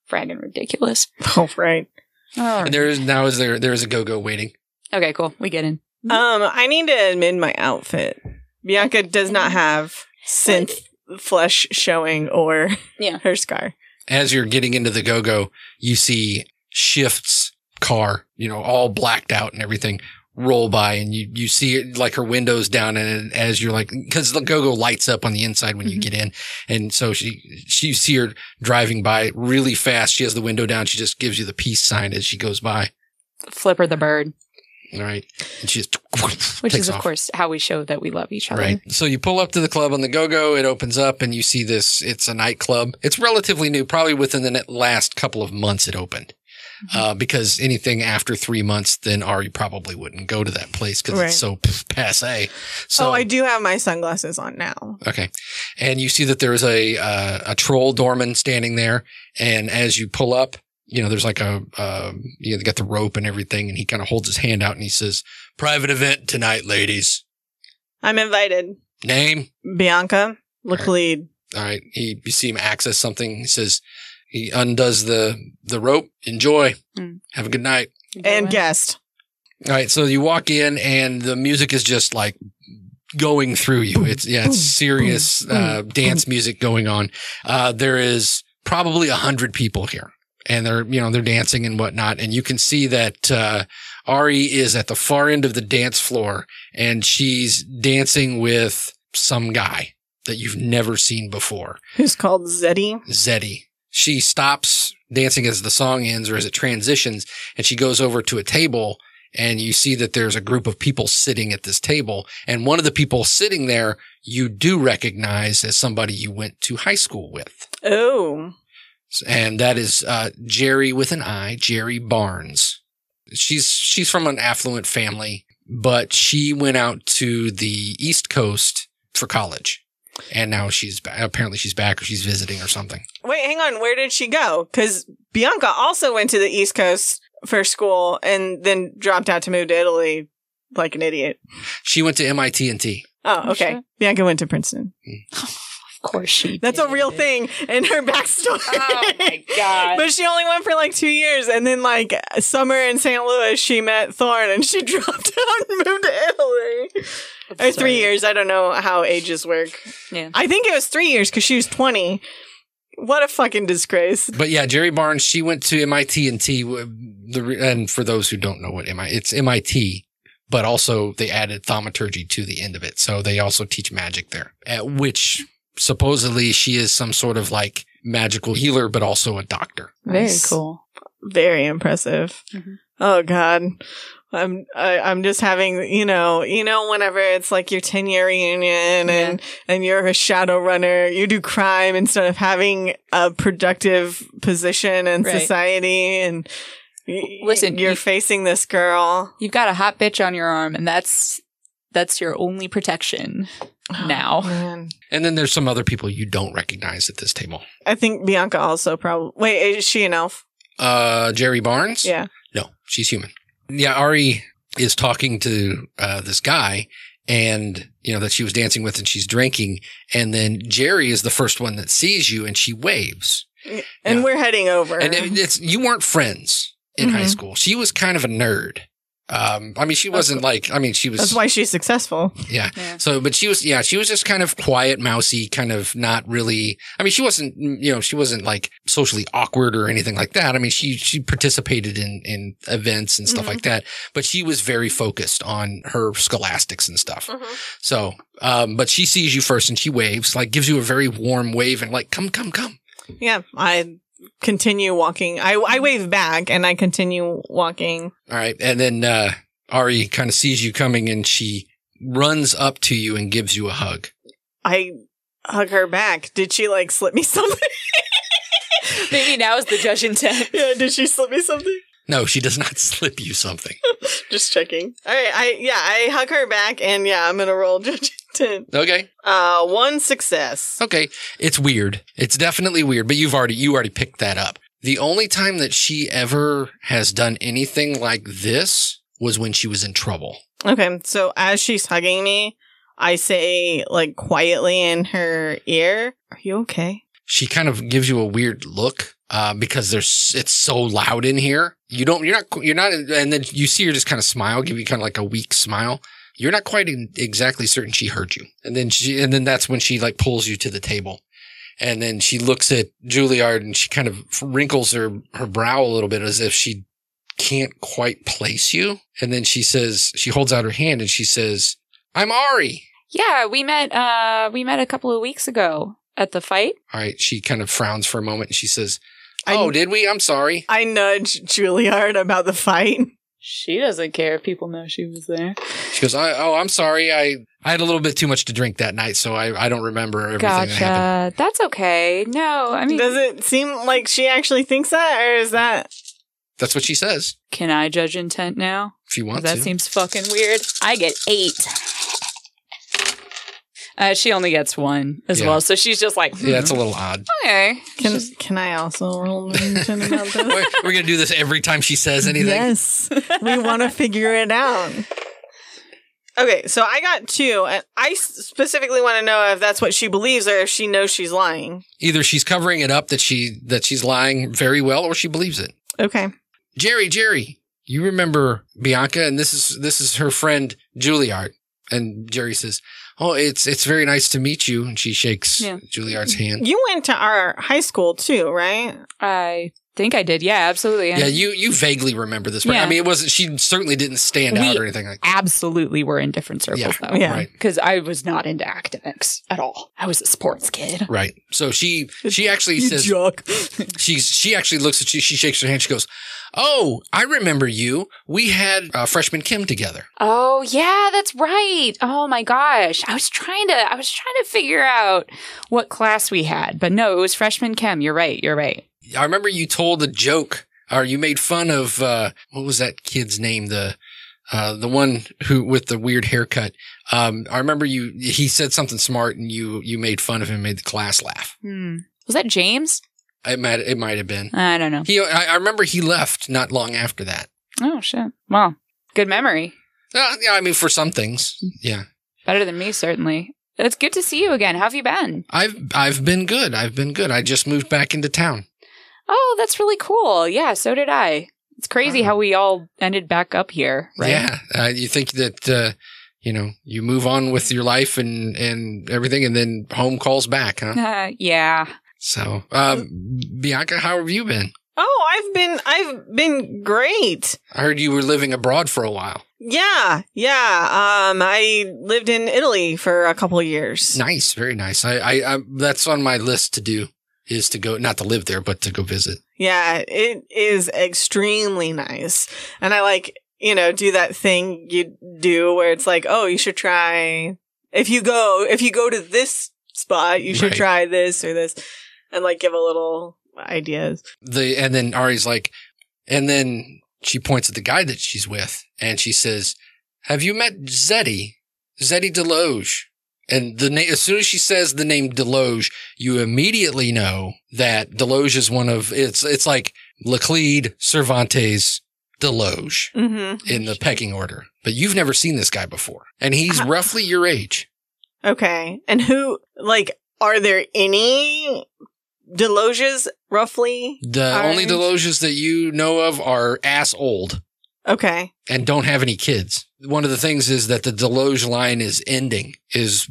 E: Fragging ridiculous.
F: Oh right.
E: All
A: And
E: right.
A: there is now is there, there is a go-go waiting.
E: Okay, cool. We get in.
F: Um, I need to amend my outfit. Bianca does not have synth flesh showing or
E: Yeah.
F: her scar.
A: as you're getting into the go go, you see Shift's car, you know, all blacked out and everything roll by and you, you see it like her windows down and as you're like, cause the go go lights up on the inside when you
E: Mhm.
A: get in. And so she, she you see her driving by really fast. She has the window down. She just gives you the peace sign as she goes by.
E: Flipper the bird,
A: All right. And she just,
E: which
A: takes
E: is, of
A: off.
E: course, how we show that we love each other.
A: Right. So you pull up to the club on the go go. It opens up and you see this. It's a nightclub. It's relatively new, probably within the net- last couple of months it opened.
F: Mm-hmm.
A: Uh, because anything after three months, then Ari probably wouldn't go to that place because
F: Right.
A: it's so p- passe. So
F: oh, I do have my sunglasses on now.
A: Okay. And you see that there's a uh, a troll doorman standing there. And as you pull up, you know, there's like a, uh, you know, they got the rope and everything. And he kind of holds his hand out and he says, private event tonight, ladies.
F: I'm invited.
A: Name.
F: Bianca, look
A: Alright.
F: lead.
A: All right. He, you see him access something. He says, he undoes the, the rope. Enjoy.
E: Mm.
A: Have a good night.
F: And guest.
A: All right, so you walk in and the music is just like going through you. It's yeah, it's serious uh, dance music going on. Uh, there is probably a hundred people here, and they're you know they're dancing and whatnot, and you can see that uh, Ari is at the far end of the dance floor, and she's dancing with some guy that you've never seen before.
F: Who's called Zeddy.
A: Zeddy. She stops dancing as the song ends or as it transitions, and she goes over to a table, and you see that there's a group of people sitting at this table. And one of the people sitting there, you do recognize as somebody you went to high school with.
F: Oh.
A: And that is uh, Jerry with an I, Jerry Barnes. She's she's from an affluent family, but she went out to the East Coast for college, and now she's ba- apparently she's back or she's visiting or something.
F: Wait, hang on. Where did she go? Because Bianca also went to the East Coast for school and then dropped out to move to Italy like an idiot.
A: She went to MIT and T.
F: Oh,
E: Oh,
F: okay.
E: shit.
F: Bianca went to Princeton.
E: Of course she
F: That's a
E: did.
F: real thing in her backstory.
E: Oh my God.
F: but she only went for like two years, and then like summer in St. Louis, she met Thorne, and she dropped out and moved to Italy. Or
E: Absurd.
F: three years. I don't know how ages work.
E: Yeah.
F: I think it was three years because she was twenty. What a fucking disgrace.
A: But yeah, Jerry Barnes, she went to MIT and T. uh, The re- and for those who don't know what MIT, it's MIT, but also they added thaumaturgy to the end of it, so they also teach magic there. At which supposedly she is some sort of like magical healer, but also a doctor.
E: Very
F: Nice.
E: cool.
F: Very impressive.
E: Mhm.
F: Oh God. I'm I, I'm just having you know you know whenever it's like your ten year reunion and and you're a shadow runner. You do crime instead of having a productive position in
D: Right.
F: society. And y-
E: Listen,
F: you're
E: you-
F: facing this girl
E: You've got a hot bitch on your arm, and that's that's your only protection now.
F: Oh, Man.
A: And then there's some other people you don't recognize at this table.
F: I think Bianca also probably. Wait, is she an elf?
A: Uh, Jerry Barnes.
F: Yeah.
A: No, she's human. Yeah, Ari is talking to uh, this guy and you know that she was dancing with and she's drinking and then Jerry is the first one that sees you and she waves.
F: And
A: Yeah.
F: we're heading over.
A: And it- it's you weren't friends in high
F: Mhm.
A: school. She was kind of a nerd. Um I mean she wasn't like I mean she was
F: That's why she's successful.
A: yeah.
E: Yeah.
A: So but she was yeah, she was just kind of quiet, mousy, kind of not really I mean she wasn't mm, you know, she wasn't like socially awkward or anything like that. I mean she she participated in in events and stuff
F: Mhm.
A: like that, but she was very focused on her scholastics and stuff. So, um but she sees you first and she waves, like gives you a very warm wave and like come come come.
F: Yeah, I continue walking. I I wave back and I continue walking.
A: All right. And then uh, Ari kind of sees you coming and she runs up to you and gives you a hug.
F: I hug her back. Did she like slip me something?
E: Maybe now is the judge intent.
F: yeah, did she slip me something?
A: No, she does not slip you something.
F: Just checking. All right, I yeah, I hug her back, and yeah, I'm gonna roll judge intent.
A: Okay.
F: Uh, one success.
A: Okay. It's weird. It's definitely weird, but you've already you already picked that up. The only time that she ever has done anything like this was when she was in trouble.
F: Okay, so as she's hugging me, I say like quietly in her ear, "Are you okay?"
A: She kind of gives you a weird look uh, because there's it's so loud in here. You don't you're not you're not and then you see her just kind of smile, give you kind of like a weak smile. You're not quite in, exactly certain she heard you. And then she and then that's when she like pulls you to the table. And then she looks at Juilliard and she kind of wrinkles her her brow a little bit as if she can't quite place you. And then she says she holds out her hand and she says, "I'm Ari."
E: Yeah, we met uh we met a couple of weeks ago at the fight.
A: All right, she kind of frowns for a moment and she says,
F: I-
A: "Oh, did we? I'm sorry."
F: I nudge Juilliard about the fight.
E: She doesn't care if people know she was there.
A: She goes, I, "Oh, I'm sorry. I I had a little bit too much to drink that night, so I I don't remember everything that
E: Gotcha.
A: happened."
E: That's okay. No, I mean
F: Does it seem like she actually thinks that, or is that
A: That's what she says.
E: can I judge intent now?
A: If you want
E: that
A: to,
E: seems fucking weird. I get eight. Uh, she only gets one as
A: Yeah.
E: well, so she's just like, "Hmm,
A: Yeah, it's a little odd.
E: okay.
F: Can can I also roll religion about this?
A: We're, we're gonna do this every time she says anything.
F: Yes, we want to figure it out. Okay, so I got two, and I s- specifically want to know if that's what she believes or if she knows she's lying.
A: Either she's covering it up that she that she's lying very well, or she believes it.
F: Okay.
A: Jerry, Jerry, you remember Bianca, and this is this is her friend Juilliard. And Jerry says, "Oh, it's it's very nice to meet you." And she shakes
E: Yeah.
A: Juilliard's hand.
F: You went to our high school too, right?
E: I think I did. Yeah, absolutely.
A: Yeah, you you vaguely remember this, but I
E: Yeah.
A: mean, it wasn't. She certainly didn't stand out
E: We-
A: or anything like.
E: absolutely were in different circles
A: Yeah.
E: though.
F: Yeah.
A: Right,
E: Because I was not into academics at all. I was a sports kid.
A: right. So she she actually says
E: jock.
A: she's she actually looks at you. She shakes her hand. She goes, "Oh, I remember you. We had uh, freshman Kim together."
E: Oh yeah, that's right. Oh my gosh. I was trying to I was trying to figure out what class we had. But no, it was freshman chem. You're right. You're right.
A: I remember you told a joke or you made fun of uh what was that kid's name the uh the one who with the weird haircut um I remember you he said something smart and you you made fun of him made the class laugh
E: Hmm. Was that James?
A: it might it might have been
E: I don't know.
A: he I, I remember he left not long after that
E: Oh shit. Well, good memory.
A: uh, yeah I mean for some things yeah
E: Better than me, certainly. It's good to see you again. How have you been?
A: I've I've been good I've been good I just moved back into town
E: Oh, that's really cool. Yeah, so did I. It's crazy
A: Oh.
E: how we all ended back up here, right?
A: yeah uh, you think that uh you know you move on with your life and and everything and then home calls back huh
E: Uh, yeah.
A: So, um, Bianca, how have you been?
F: Oh, I've been I've been great.
A: I heard you were living abroad for a while.
F: Yeah, yeah. Um, I lived in Italy for a couple of years.
A: Nice, very nice. I, I, I that's on my list to do is to go, not to live there, but to go visit.
F: Yeah, it is extremely nice. And I like, you know, do that thing you do where it's like, oh, you should try if you go if you go to this spot, you should
A: Right.
F: try this or this and like give a little ideas.
A: The and then Ari's like, and then she points at the guy that she's with, and she says, "Have you met Zeddy? Zeddy Deloge?" And the na- as soon as she says the name Deloge, you immediately know that Deloge is one of it's it's like Laclede, Cervantes, Deloge.
F: Mm-hmm.
A: in the pecking order, but you've never seen this guy before. And he's
F: Ah.
A: roughly your age.
F: Okay. And who like are there any Deloges roughly?
A: The only
F: Age?
A: Deloges that you know of are ass old
F: Okay.
A: and don't have any kids. One of the things is that the Deloge line is ending is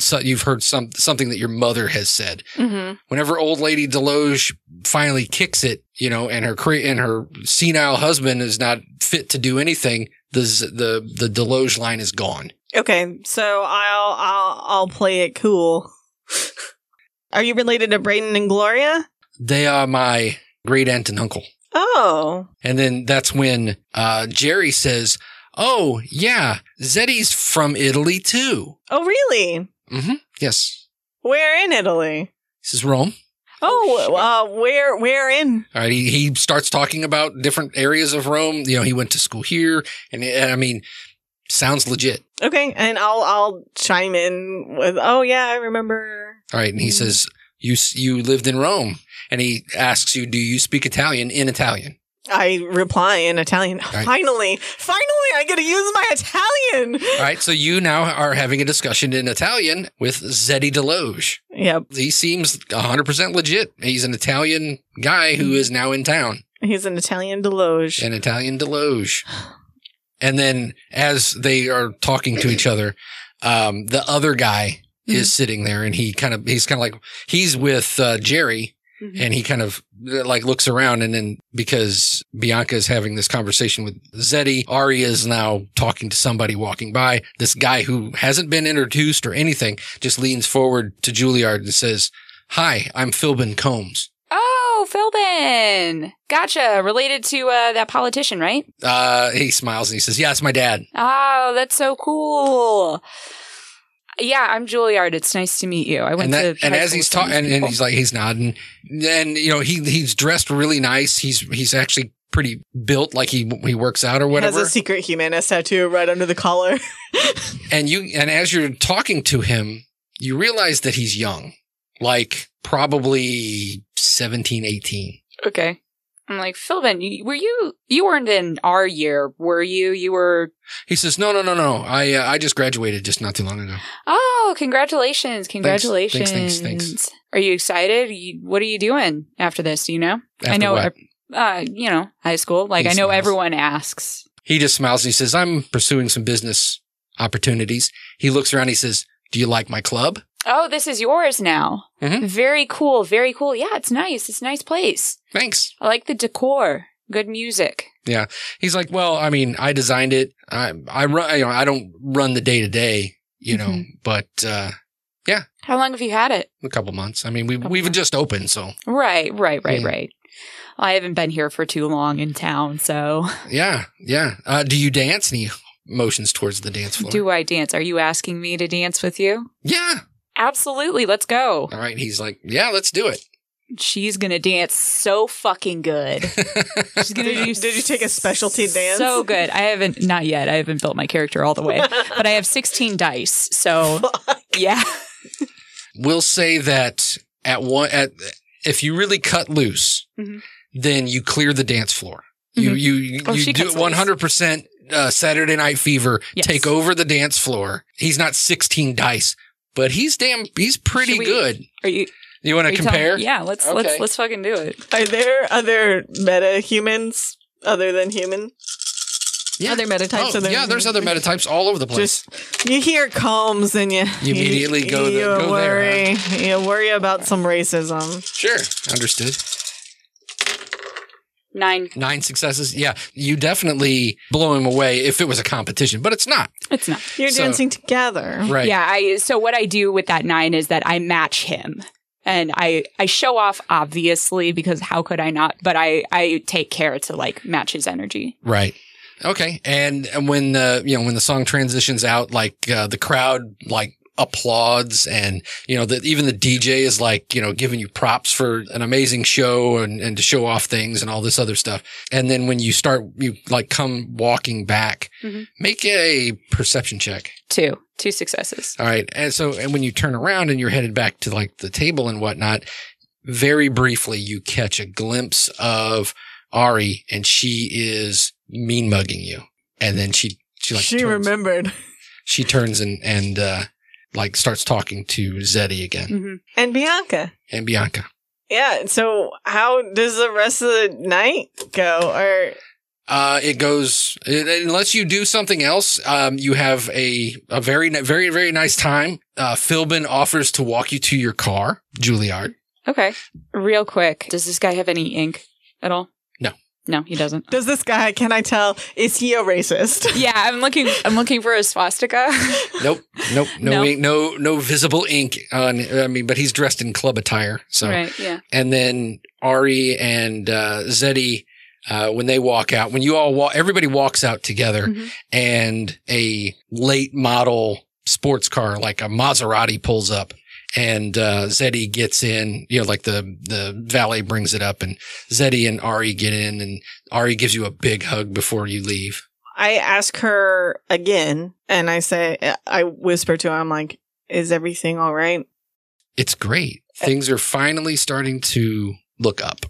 A: so you've heard some something that your mother has said.
F: Mm-hmm.
A: Whenever old lady Deloge finally kicks it, you know, and her cra- and her senile husband is not fit to do anything, the Z- the the Deloge line is gone.
F: Okay, so I'll I'll I'll play it cool. Are you related to Brayden and Gloria?
A: They are my great aunt and uncle.
F: Oh,
A: And then that's when uh, Jerry says, Oh, yeah, Zeddy's from Italy too.
F: oh, really?
A: hmm Yes.
F: Where in Italy?
A: This is Rome.
F: Oh, uh, where where in?
A: All right. He, he starts talking about different areas of Rome. You know, he went to school here. And, and I mean, sounds legit.
F: Okay, and I'll I'll chime in with. Oh yeah, I remember.
A: All right. And he says, you, s- you lived in Rome. And he asks you, Do you speak Italian in Italian?
F: I reply in Italian.
A: right.
F: Finally, finally, I get to use my Italian.
A: All right. So you now are having a discussion in Italian with Zeddy Deloge.
F: Yep,
A: He seems 100% legit. He's an Italian guy who is now in town.
F: he's an Italian Deloge.
A: an Italian Deluge. And then as they are talking to each other, um, the other guy is sitting there and he kind of, he's kind of like, he's with uh, Jerry
E: Mhm.
A: and he kind of uh, like looks around and then because Bianca is having this conversation with Zeddy, Ari is now talking to somebody walking by. This guy who hasn't been introduced or anything just leans forward to Juilliard and says, Hi, I'm Philbin Combs.
E: Oh, Philbin. Gotcha. Related to uh, that politician, right?
A: Uh, he smiles and he says, Yeah, it's my dad.
E: Oh, that's so cool. Yeah, I'm Juilliard. It's nice to meet you. I went
A: and that,
E: to
A: and
E: high
A: as
E: school
A: he's
E: with some
A: talking,
E: of these
A: and, and
E: people.
A: he's like he's nodding, and you know he he's dressed really nice. He's he's actually pretty built, like he he works out or whatever.
F: Has a secret humanist tattoo right under the collar.
A: and you and as you're talking to him, You realize that he's young, like probably 17, 18.
E: Okay. I'm like, Philvin, you- were you, you weren't in our year, were you? You were,
A: He says, "No, no, no, no. I uh, I just graduated just not too long ago.
E: oh, congratulations,
A: thanks,
E: congratulations.
A: thanks, thanks.
E: Are you excited? You, what are you doing after this? Do you know? I
A: After
E: know,
A: what?
E: uh, you know, high school. Like,
A: He
E: I know
A: smiles.
E: everyone asks.
A: He just smiles and he says, "I'm pursuing some business opportunities." He looks around. He says, "Do you like my club?"
E: Oh, this is yours now.
A: Mhm.
E: Very cool. Very cool. Yeah, it's nice. It's a nice place.
A: Thanks.
E: I like the decor. Good music.
A: He's like, "Well, I mean, I designed it. I I run. You know, I don't run the day to day. You know,
E: Mm-hmm.
A: but uh,
E: How long have you had it?
A: a couple months. I mean, we
E: Couple
A: we've
E: months.
A: just opened, so
E: Right, right, right,
A: Yeah.
E: right. I haven't been here for too long in town, so
A: yeah, yeah. Uh, do you dance?" And he motions towards the dance floor.
E: do I dance? Are you asking me to dance with you?
A: yeah.
E: Absolutely, let's go.
A: All right. He's like, "Yeah, let's do it."
E: She's gonna dance so fucking good. She's gonna
F: Did you-
E: do
F: did you take a specialty dance?
E: So good. I haven't not yet. I haven't built my character all the way. But I have sixteen dice. So yeah.
A: we'll say that at one at if you really cut loose,
E: Mhm.
A: then you clear the dance floor. You
E: Mhm.
A: you you,
E: Oh, she
A: you do
E: cuts loose.
A: one hundred percent uh, Saturday Night Fever.
E: Yes.
A: Take over the dance floor. He's not sixteen dice, but he's damn he's pretty
E: Should we-
A: good.
E: Are you
A: You want
E: are
A: to
E: you telling-
A: compare?
E: yeah, let's let's
A: Okay.
E: let's fucking do it.
F: Are there other meta humans other than human?
A: Yeah.
F: Other meta types.
A: Oh,
F: other
A: yeah, there's other meta types all over the place.
F: Just you hear calms and you,
A: You immediately go the-
F: you
A: go there,
F: worry you worry about some racism.
A: sure, understood.
E: Nine.
A: Nine successes. Yeah, you definitely blow him away if it was a competition, but it's not.
E: It's not.
F: You're
A: So-
F: dancing together.
A: Right.
E: Yeah, I so what I do with that 9 is that I match him. And I I show off obviously because how could I not, but I I take care to like match his energy.
A: Right. Okay. And, and when the, you know, when the song transitions out, like, uh, the crowd, like, applauds and, you know, that even the DJ is like, you know, giving you props for an amazing show and, and to show off things and all this other stuff. And then when you start, you like come walking back,
E: Mhm.
A: make a perception check.
E: Two, two successes.
A: All right. And so, and when you turn around and you're headed back to like the table and whatnot, very briefly, you catch a glimpse of Ari and she is mean mugging you. And then she, she like,
F: she
A: turns,
F: remembered.
A: she turns and, and, uh, like starts talking to Zeddy again
E: Mm-hmm.
F: And Bianca.
A: and Bianca.
F: Yeah. So how does the rest of the night go? Or
A: Uh, it goes it, unless you do something else. Um, you have a a very ni- very very nice time. Uh, Philbin offers to walk you to your car, Juilliard.
E: Okay. Real quick, does this guy have any ink at all?
A: No.
E: No, he doesn't.
F: does this guy? Can I tell? Is he a racist?
E: yeah, I'm looking I'm looking for a swastika.
A: Nope, nope, no,
E: No.
A: Ink, no, no visible ink on. I mean, but he's dressed in club attire. So,
E: Right, yeah.
A: and then Ari and uh, Zeddy, uh, when they walk out, when you all walk, everybody walks out together,
E: Mhm.
A: and a late model sports car, like a Maserati, pulls up. And uh, Zeddy gets in, you know, like the the valet brings it up, and Zeddy and Ari get in, and Ari gives you a big hug before you leave.
F: I ask her again, and I say, I whisper to her, I'm like, "Is everything all right?"
A: It's great. Things are finally starting to look up.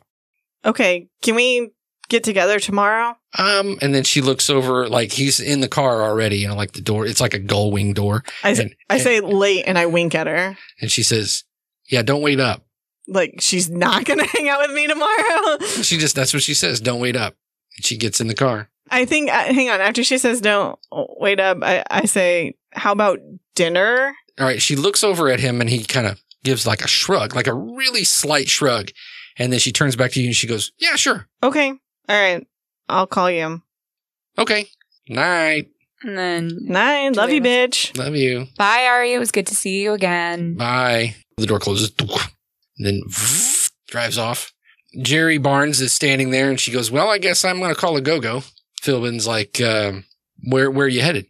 F: Okay. Can we get together tomorrow?
A: Um, and then she looks over, like he's in the car already, you know, like the door, it's like a gull wing door.
F: I s-
A: and,
F: I
A: and-
F: say late, and I wink at her.
A: and she says, Yeah, don't wait up.
F: Like she's not gonna hang out with me tomorrow.
A: She just, that's what she says, don't wait up. And she gets in the car.
F: I think. I- Hang on. After she says, "Don't oh, wait up," I, I say, "How about dinner?"
A: All right. She looks over at him and he kind of gives like a shrug, like a really slight shrug. And then she turns back to you and she goes, Yeah, sure.
F: Okay. All right. I'll call you.
A: Okay. Night.
E: And then
F: Nine.
E: Do
F: Love
E: they
F: you,
E: look-
F: bitch.
A: Love you.
E: bye Ari, it was good to see you again.
A: Bye. The door closes. And then drives off. Jerry Barnes is standing there and she goes, Well, I guess I'm going to call a go go. Philbin's like, um, where, where are you headed?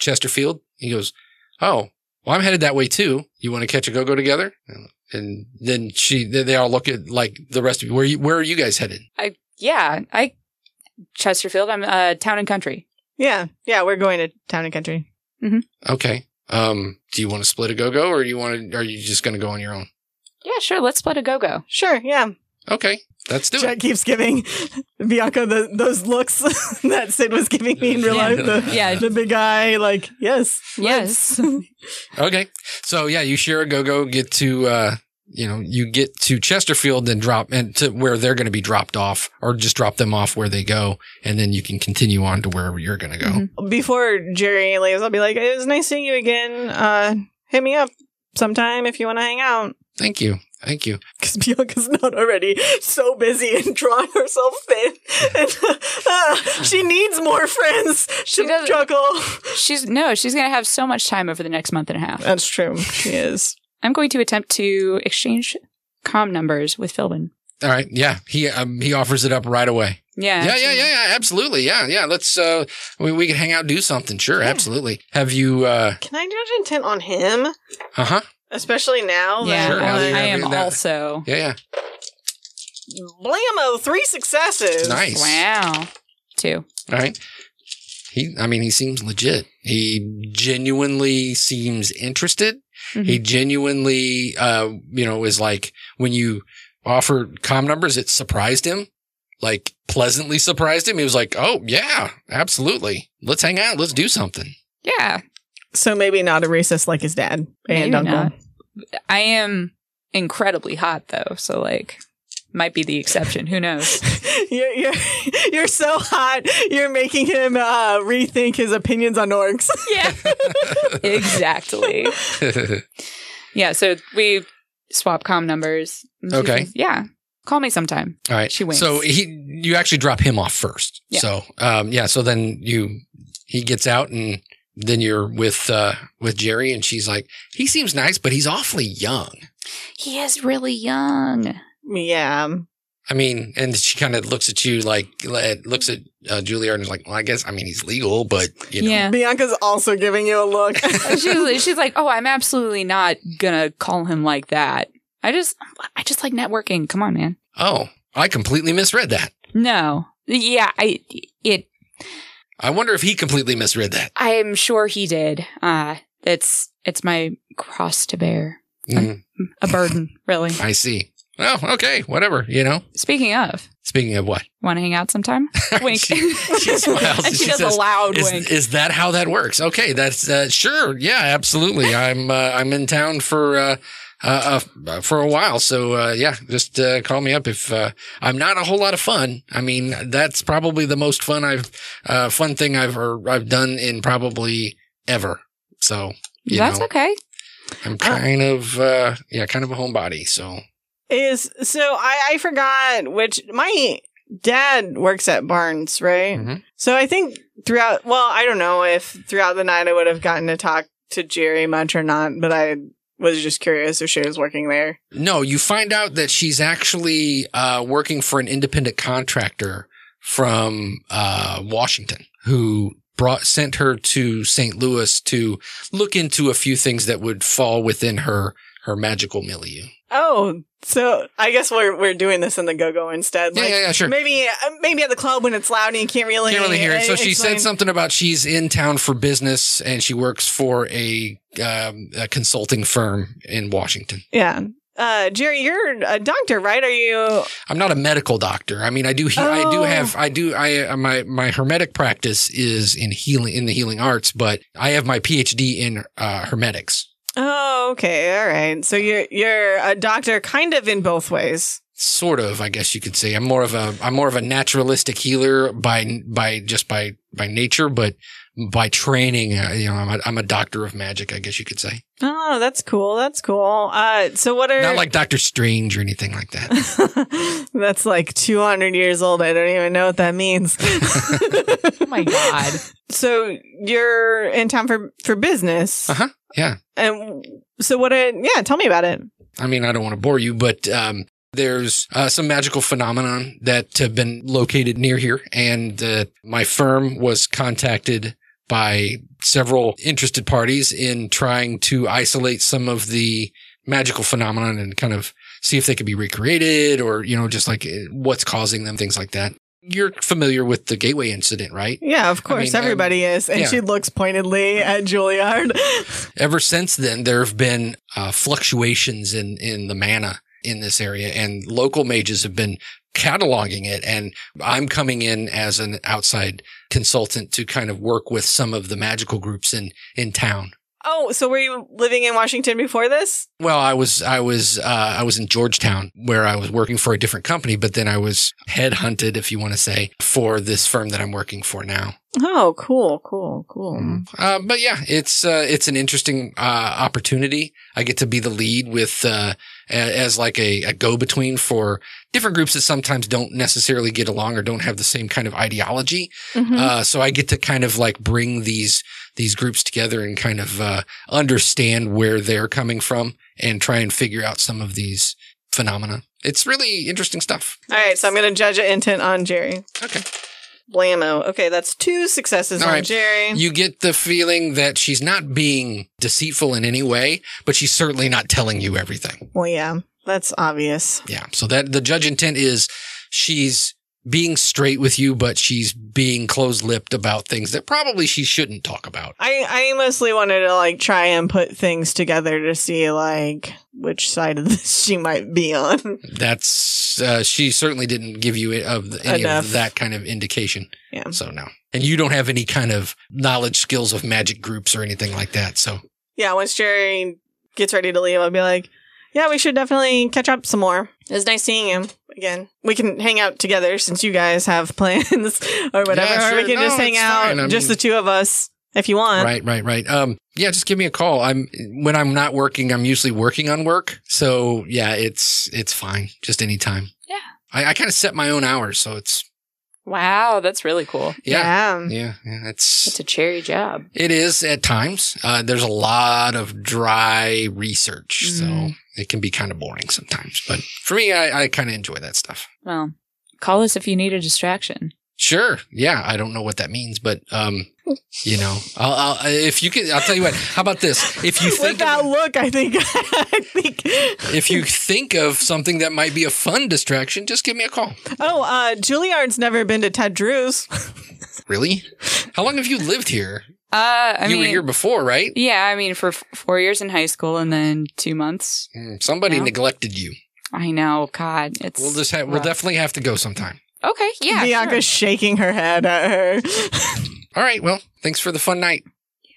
A: Chesterfield? He goes, Oh, well, I'm headed that way too. You want to catch a go go together? And then she, they they all look at like the rest of you. Where, you, where are you guys headed?
E: I yeah, I Chesterfield, I'm uh town and country.
F: Yeah. Yeah. We're going to town and country.
A: Okay. Um, do you want to split a go go or you want to, are you just going to go on your own?
E: Yeah, sure. Let's split a go go.
F: Sure, yeah.
A: Okay, let's do it.
F: Jet keeps giving Bianca the, those looks that Sid was giving me in real life. The,
E: Yeah.
F: the big eye, like, yes.
E: Yes.
F: let's.
A: Okay. So yeah, you share a go go, get to uh you know, you get to Chesterfield and drop and to where they're gonna be dropped off, or just drop them off where they go, and then you can continue on to wherever you're gonna go.
E: Mhm.
F: Before Jerry leaves, I'll be like, it was nice seeing you again. Uh, hit me up sometime if you want to hang out.
A: Thank you. Thank you.
F: Because Bianca's not already so busy and drawing herself thin. And, uh, she needs more friends
E: She
F: to
E: doesn't-
F: juggle.
E: She's no, she's going to have so much time over the next month and a
A: Uh,
E: half.
F: That's true. She is.
E: I'm going to attempt to exchange com numbers with Philbin.
A: All right. Yeah. He um, he offers it up right away.
E: Yeah.
A: Yeah, yeah, yeah, yeah. Absolutely. Yeah, yeah. Let's uh we, we can hang out, do something. Sure,
F: Yeah.
A: absolutely. Have you uh
F: Can I judge intent on him?
A: uh huh.
F: Especially now
E: Yeah,
A: Sure, now
E: I
A: that you're
E: I
F: that
E: am
A: having that-
E: also.
A: Yeah, yeah.
F: Blammo, three successes.
A: Nice.
E: Wow. Two.
A: All right. He I mean he seems legit. He genuinely seems interested.
E: Mm-hmm.
A: He genuinely, uh, you know, is like when you offered com numbers, it surprised him, like pleasantly surprised him. He was like, "Oh yeah, absolutely. Let's hang out. Let's do something."
E: Yeah.
F: So maybe not a racist like his dad and
E: Maybe
F: uncle.
E: not. I am incredibly hot though, so like might be the exception. Who knows?
F: You're, you're you're so hot. You're making him uh, rethink his opinions on orcs.
E: yeah. exactly. Yeah, so we swap com numbers. And she
A: Okay.
E: says, yeah. Call me sometime.
A: All right.
E: She winks.
A: So he, you actually drop him off first.
E: Yeah.
A: So, um, yeah. So then you, he gets out and then you're with, uh, with Jerry and she's like, he seems nice, but he's awfully young.
E: He is really young.
F: yeah.
A: I mean, and she kind of looks at you like, looks at uh, Juilliard and is like, well, I guess, I mean, he's legal, but you know,
E: Yeah.
F: Bianca's also giving you a look.
E: And she's, she's like, oh, I'm absolutely not gonna call him like that. I just, I just like networking. Come on, man.
A: Oh, I completely misread that.
E: No, yeah, I, it,
A: I wonder if he completely misread that.
E: I am sure he did. Uh, it's, it's my cross to bear,
A: Mm,
E: a burden, really.
A: I see. Oh, okay, whatever. You know.
E: Speaking of,
A: Speaking of what,
E: want to hang out sometime? Wink.
A: she, she smiles.
E: and she, does
A: says,
E: a loud
A: is,
E: wink.
A: is that how that works? Okay, that's uh, sure. Yeah, absolutely. I'm uh, I'm in town for uh, uh, uh for a while, so uh, yeah, just uh, call me up if uh, I'm not a whole lot of fun. I mean, that's probably the most fun I've uh, fun thing I've or I've done in probably ever. So you
E: That's
A: know.
E: okay.
A: I'm kind of uh yeah, kind of a homebody. So
F: is so I, I forgot which my dad works at Barnes, right?
A: Mhm.
F: So I think throughout well, I don't know if throughout the night I would have gotten to talk to Jerry much or not, but I was just curious if she was working there.
A: no, you find out that she's actually uh working for an independent contractor from uh Washington who brought sent her to St. Louis to look into a few things that would fall within her her magical milieu.
F: Oh, so I guess we're we're doing this in the go go instead.
A: Yeah,
F: Like,
A: yeah, yeah, sure.
F: Maybe uh, maybe at the club when it's loud and you can't really
A: Can't really hear it. So
F: uh,
A: she
F: explain.
A: said something about she's in town for business and she works for a, um, a consulting firm in Washington.
F: Yeah. Uh, Jerry, you're a doctor, right? Are you?
A: I'm not a medical doctor. I mean, I do, he- I do
F: Oh.
A: have, I do, I, uh, my, my hermetic practice is in healing, in the healing arts, but I have my PhD in uh, hermetics.
F: Oh, okay, all right. So you're you're a doctor, kind of in both ways.
A: Sort of, I guess you could say. I'm more of a, I'm more of a naturalistic healer by, by just by, by nature, but by training, uh, you know, I'm a, I'm a doctor of magic, I guess you could say.
F: Oh, that's cool. That's cool. Uh, so what are
A: Not like Doctor Strange or anything like that.
F: that's like 200 years old. I don't even know what that means.
E: Oh my god.
F: so you're in town for for business.
A: Uh-huh. Yeah.
F: And so what? Are, yeah, tell me about it.
A: I mean, I don't want to bore you, but um, there's uh, some magical phenomenon that have been located near here, and uh, my firm was contacted by several interested parties in trying to isolate some of the magical phenomenon and kind of see if they could be recreated or you know just like eh, what's causing them things like that You're familiar with the Gateway incident, right?
F: Yeah, of course,
A: mean, um,
F: everybody is. And
A: yeah.
F: she looks pointedly at Juilliard.
A: Ever since then, there have been uh, fluctuations in, in the mana in this area, and local mages have been cataloging it. And I'm coming in as an outside consultant to kind of work with some of the magical groups in, in town.
F: oh, so were you living in Washington before this?
A: Well, I was I was uh, I was in Georgetown where I was working for a different company, but then I was headhunted, if you want to say, for this firm that I'm working for now.
F: Oh, cool, cool, cool.
A: Uh, but yeah, it's uh, it's an interesting uh, opportunity. I get to be the lead with uh, a- as like a, a go between for different groups that sometimes don't necessarily get along or don't have the same kind of ideology.
F: Mhm.
A: Uh, so I get to kind of like bring these these groups together and kind of uh, understand where they're coming from and try and figure out some of these phenomena. It's really interesting stuff.
F: All right, so I'm going to judge an intent on Jerry.
A: Okay.
F: Blammo. Okay, that's two successes
A: All
F: on
A: right.
F: Jerry.
A: You get the feeling that she's not being deceitful in any way, but she's certainly not telling you everything.
F: well, yeah, that's obvious.
A: Yeah. So that the judge intent is she's being straight with you, but she's being closed lipped about things that probably she shouldn't talk about.
F: I, I mostly wanted to like try and put things together to see like which side of this she might be on.
A: That's, uh, she certainly didn't give you of the- any
F: Enough.
A: of that kind of indication.
F: Yeah.
A: So no. And you don't have any kind of knowledge, skills of magic groups or anything like that. So
F: Yeah, once Jerry gets ready to leave, I'll be like, yeah, we should definitely catch up some more. It was nice seeing you again. We can hang out together since you guys have plans or whatever.
A: Yeah,
F: or we
A: sure.
F: can
A: No,
F: just hang
A: it's
F: out,
A: fine. I
F: just
A: mean-
F: the two of us, if you want.
A: Right, right, right. Um, yeah, just give me a call. I'm when I'm not working, I'm usually working on work. So yeah, it's it's fine. Just anytime.
E: Yeah.
A: I, I kind of set my own hours, so it's
E: Wow, that's really cool.
A: yeah,
F: yeah.
A: yeah, yeah it's
E: That's a cherry job.
A: it is at times. Uh, there's a lot of dry research, so
E: Mm.
A: it can be kind of boring sometimes. But for me, I, I kind of enjoy that stuff.
E: Well, call us if you need a distraction.
A: Sure. Yeah, I don't know what that means, but um, you know, I'll, I'll if you can, I'll tell you what. How about this? If you
F: With
A: think
F: that
A: about
F: look, I think I think
A: if you think of something that might be a fun distraction, just give me a call.
F: Oh, uh, Juilliard's never been to Ted Drew's.
A: Really? How long have you lived here?
E: Uh, I
A: you
E: mean,
A: were here before, right?
E: yeah, I mean, for f- four years in high school and then two months.
A: Mm, Somebody
E: Yeah.
A: neglected you.
E: I know. God, it's
A: We'll just ha- we'll
E: rough.
A: definitely have to go sometime.
E: okay. Yeah,
F: Bianca's
E: sure.
F: shaking her head at her.
A: All right. Well, thanks for the fun night.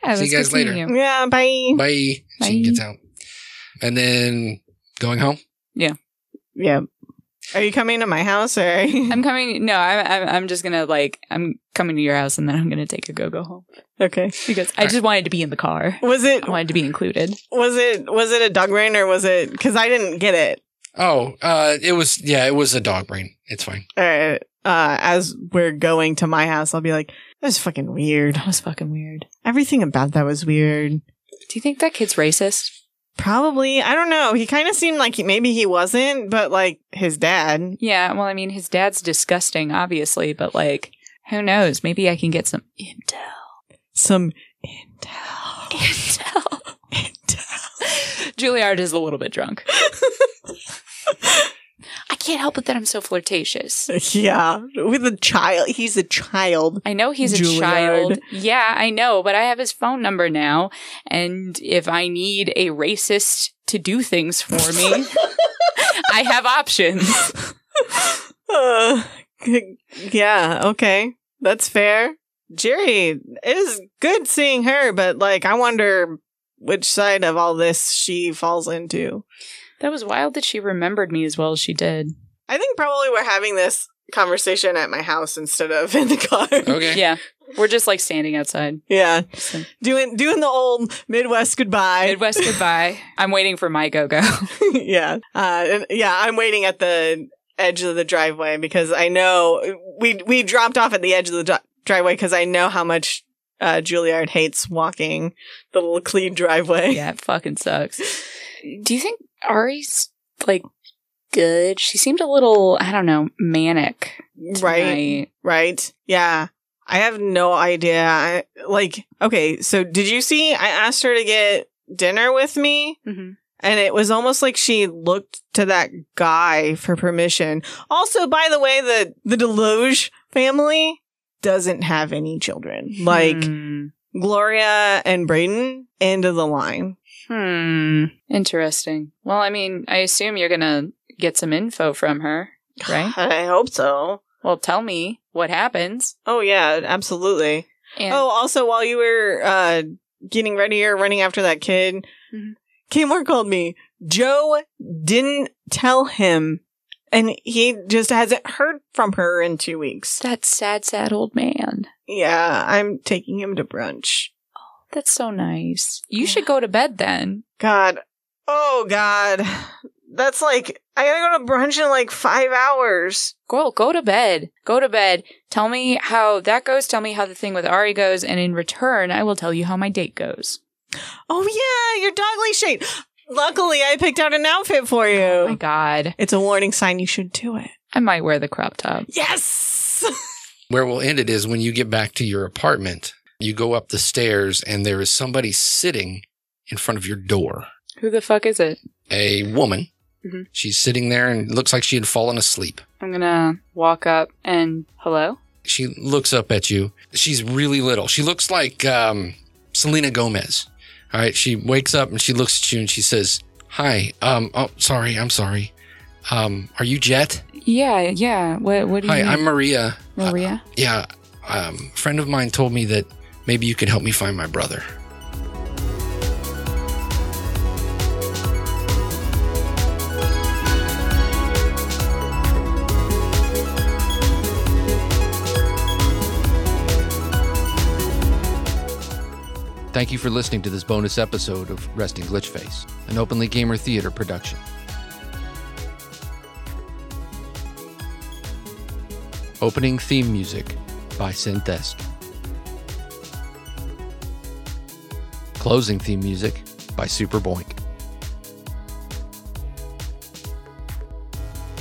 E: Yeah,
A: See you
E: let's
A: guys later.
E: continue.
F: yeah, bye.
A: Bye. She
E: Bye.
A: gets out, and then going home.
F: Yeah. Are you coming to my house or?
E: I'm coming. No, I'm, I'm. I'm just gonna like. I'm coming to your house, and then I'm gonna take a go go home
F: okay.
E: because I just wanted to be in the car.
F: Was it
E: I wanted to be included.
F: was it was it a dog rain or was it? Because I didn't get it.
A: Oh, uh, it was yeah, it was a dog brain. It's fine.
F: All right. Uh, as we're going to my house, I'll be like, "That was fucking weird.
E: That was fucking weird.
F: Everything about that was weird."
E: Do you think that kid's racist?
F: Probably. I don't know. He kind of seemed like he, maybe he wasn't, but like his dad.
E: Yeah. Well, I mean, his dad's disgusting, obviously, but like, who knows? Maybe I can get some intel.
F: Some intel.
E: Intel. Intel. Juilliard is a little bit drunk. I can't help it that I'm so flirtatious.
F: yeah, with a child. He's a child.
E: I know he's a
F: Juilliard.
E: child. Yeah, I know, but I have his phone number now. And if I need a racist to do things for me, I have options.
F: Uh, yeah, okay. That's fair. Jerry, it is good seeing her, but like I wonder which side of all this she falls into.
E: That was wild that she remembered me as well as she did.
F: I think probably we're having this conversation at my house instead of in the car.
A: Okay.
E: Yeah. We're just like standing outside.
F: Yeah.
E: Just like,
F: Doing doing the old Midwest goodbye.
E: Midwest goodbye. I'm waiting for my go go.
F: yeah. Uh, and yeah, I'm waiting at the edge of the driveway because I know we we dropped off at the edge of the dri- driveway because I know how much uh, Juilliard hates walking the little clean driveway.
E: yeah, it fucking sucks.
F: Mm.
E: Do you think Ari's like good? She seemed a little, I don't know, manic.
F: Right.
E: tonight.
F: Right? Yeah. I have no idea. I, like, okay, so did you see I asked her to get dinner with me
E: Mhm.
F: And it was almost like she looked to that guy for permission. Also, by the way, the, the Deluge family doesn't have any children. Like
E: Hmm.
F: Gloria and Braden, end of the line.
E: Hmm. Interesting. Well, I mean, I assume you're gonna get some info from her, right?
F: I hope so.
E: well, tell me what happens.
F: Oh, yeah, absolutely.
E: And
F: Oh, also, while you were uh, getting ready or running after that kid,
E: Mhm.
F: Kmart called me. Joe didn't tell him, and he just hasn't heard from her in two weeks.
E: that sad, sad old man.
F: Yeah, I'm taking him to brunch.
E: That's so nice. You should go to bed then.
F: God. Oh, God. That's like, I gotta go to brunch in like five hours.
E: Girl, go to bed. Go to bed. Tell me how that goes. Tell me how the thing with Ari goes, and in return, I will tell you how my date goes.
F: Oh, yeah, your dogly shade. Luckily, I picked out an outfit for you.
E: Oh my god,
F: It's a warning sign you should do it.
E: I might wear the crop top.
F: Yes!
A: Where we'll end it is when you get back to your apartment, you go up the stairs and there is somebody sitting in front of your door.
E: Who the fuck is it?
A: A woman.
E: Mhm.
A: She's sitting there and it looks like she had fallen asleep.
E: I'm gonna walk up and hello.
A: She looks up at you. She's really little. She looks like um, Selena Gomez. All right. She wakes up and she looks at you and she says, "Hi. Um. Oh, sorry. I'm sorry. Um. Are you Jet?
E: Yeah, yeah. What? What do
A: Hi.
E: you?
A: I'm Maria.
E: Maria.
A: Yeah. Um. A friend of mine told me that maybe you could help me find my brother.
G: Thank you for listening to this bonus episode of Resting Glitch Face, an openly gamer theater production. Opening theme music by Synthesk. Closing theme music by Superboink.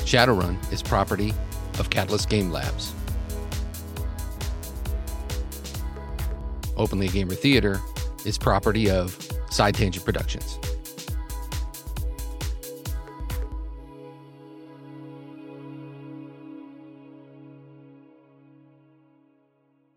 G: Shadowrun is property of Catalyst Game Labs. Openly Gamer Theater is property of Side Tangent Productions.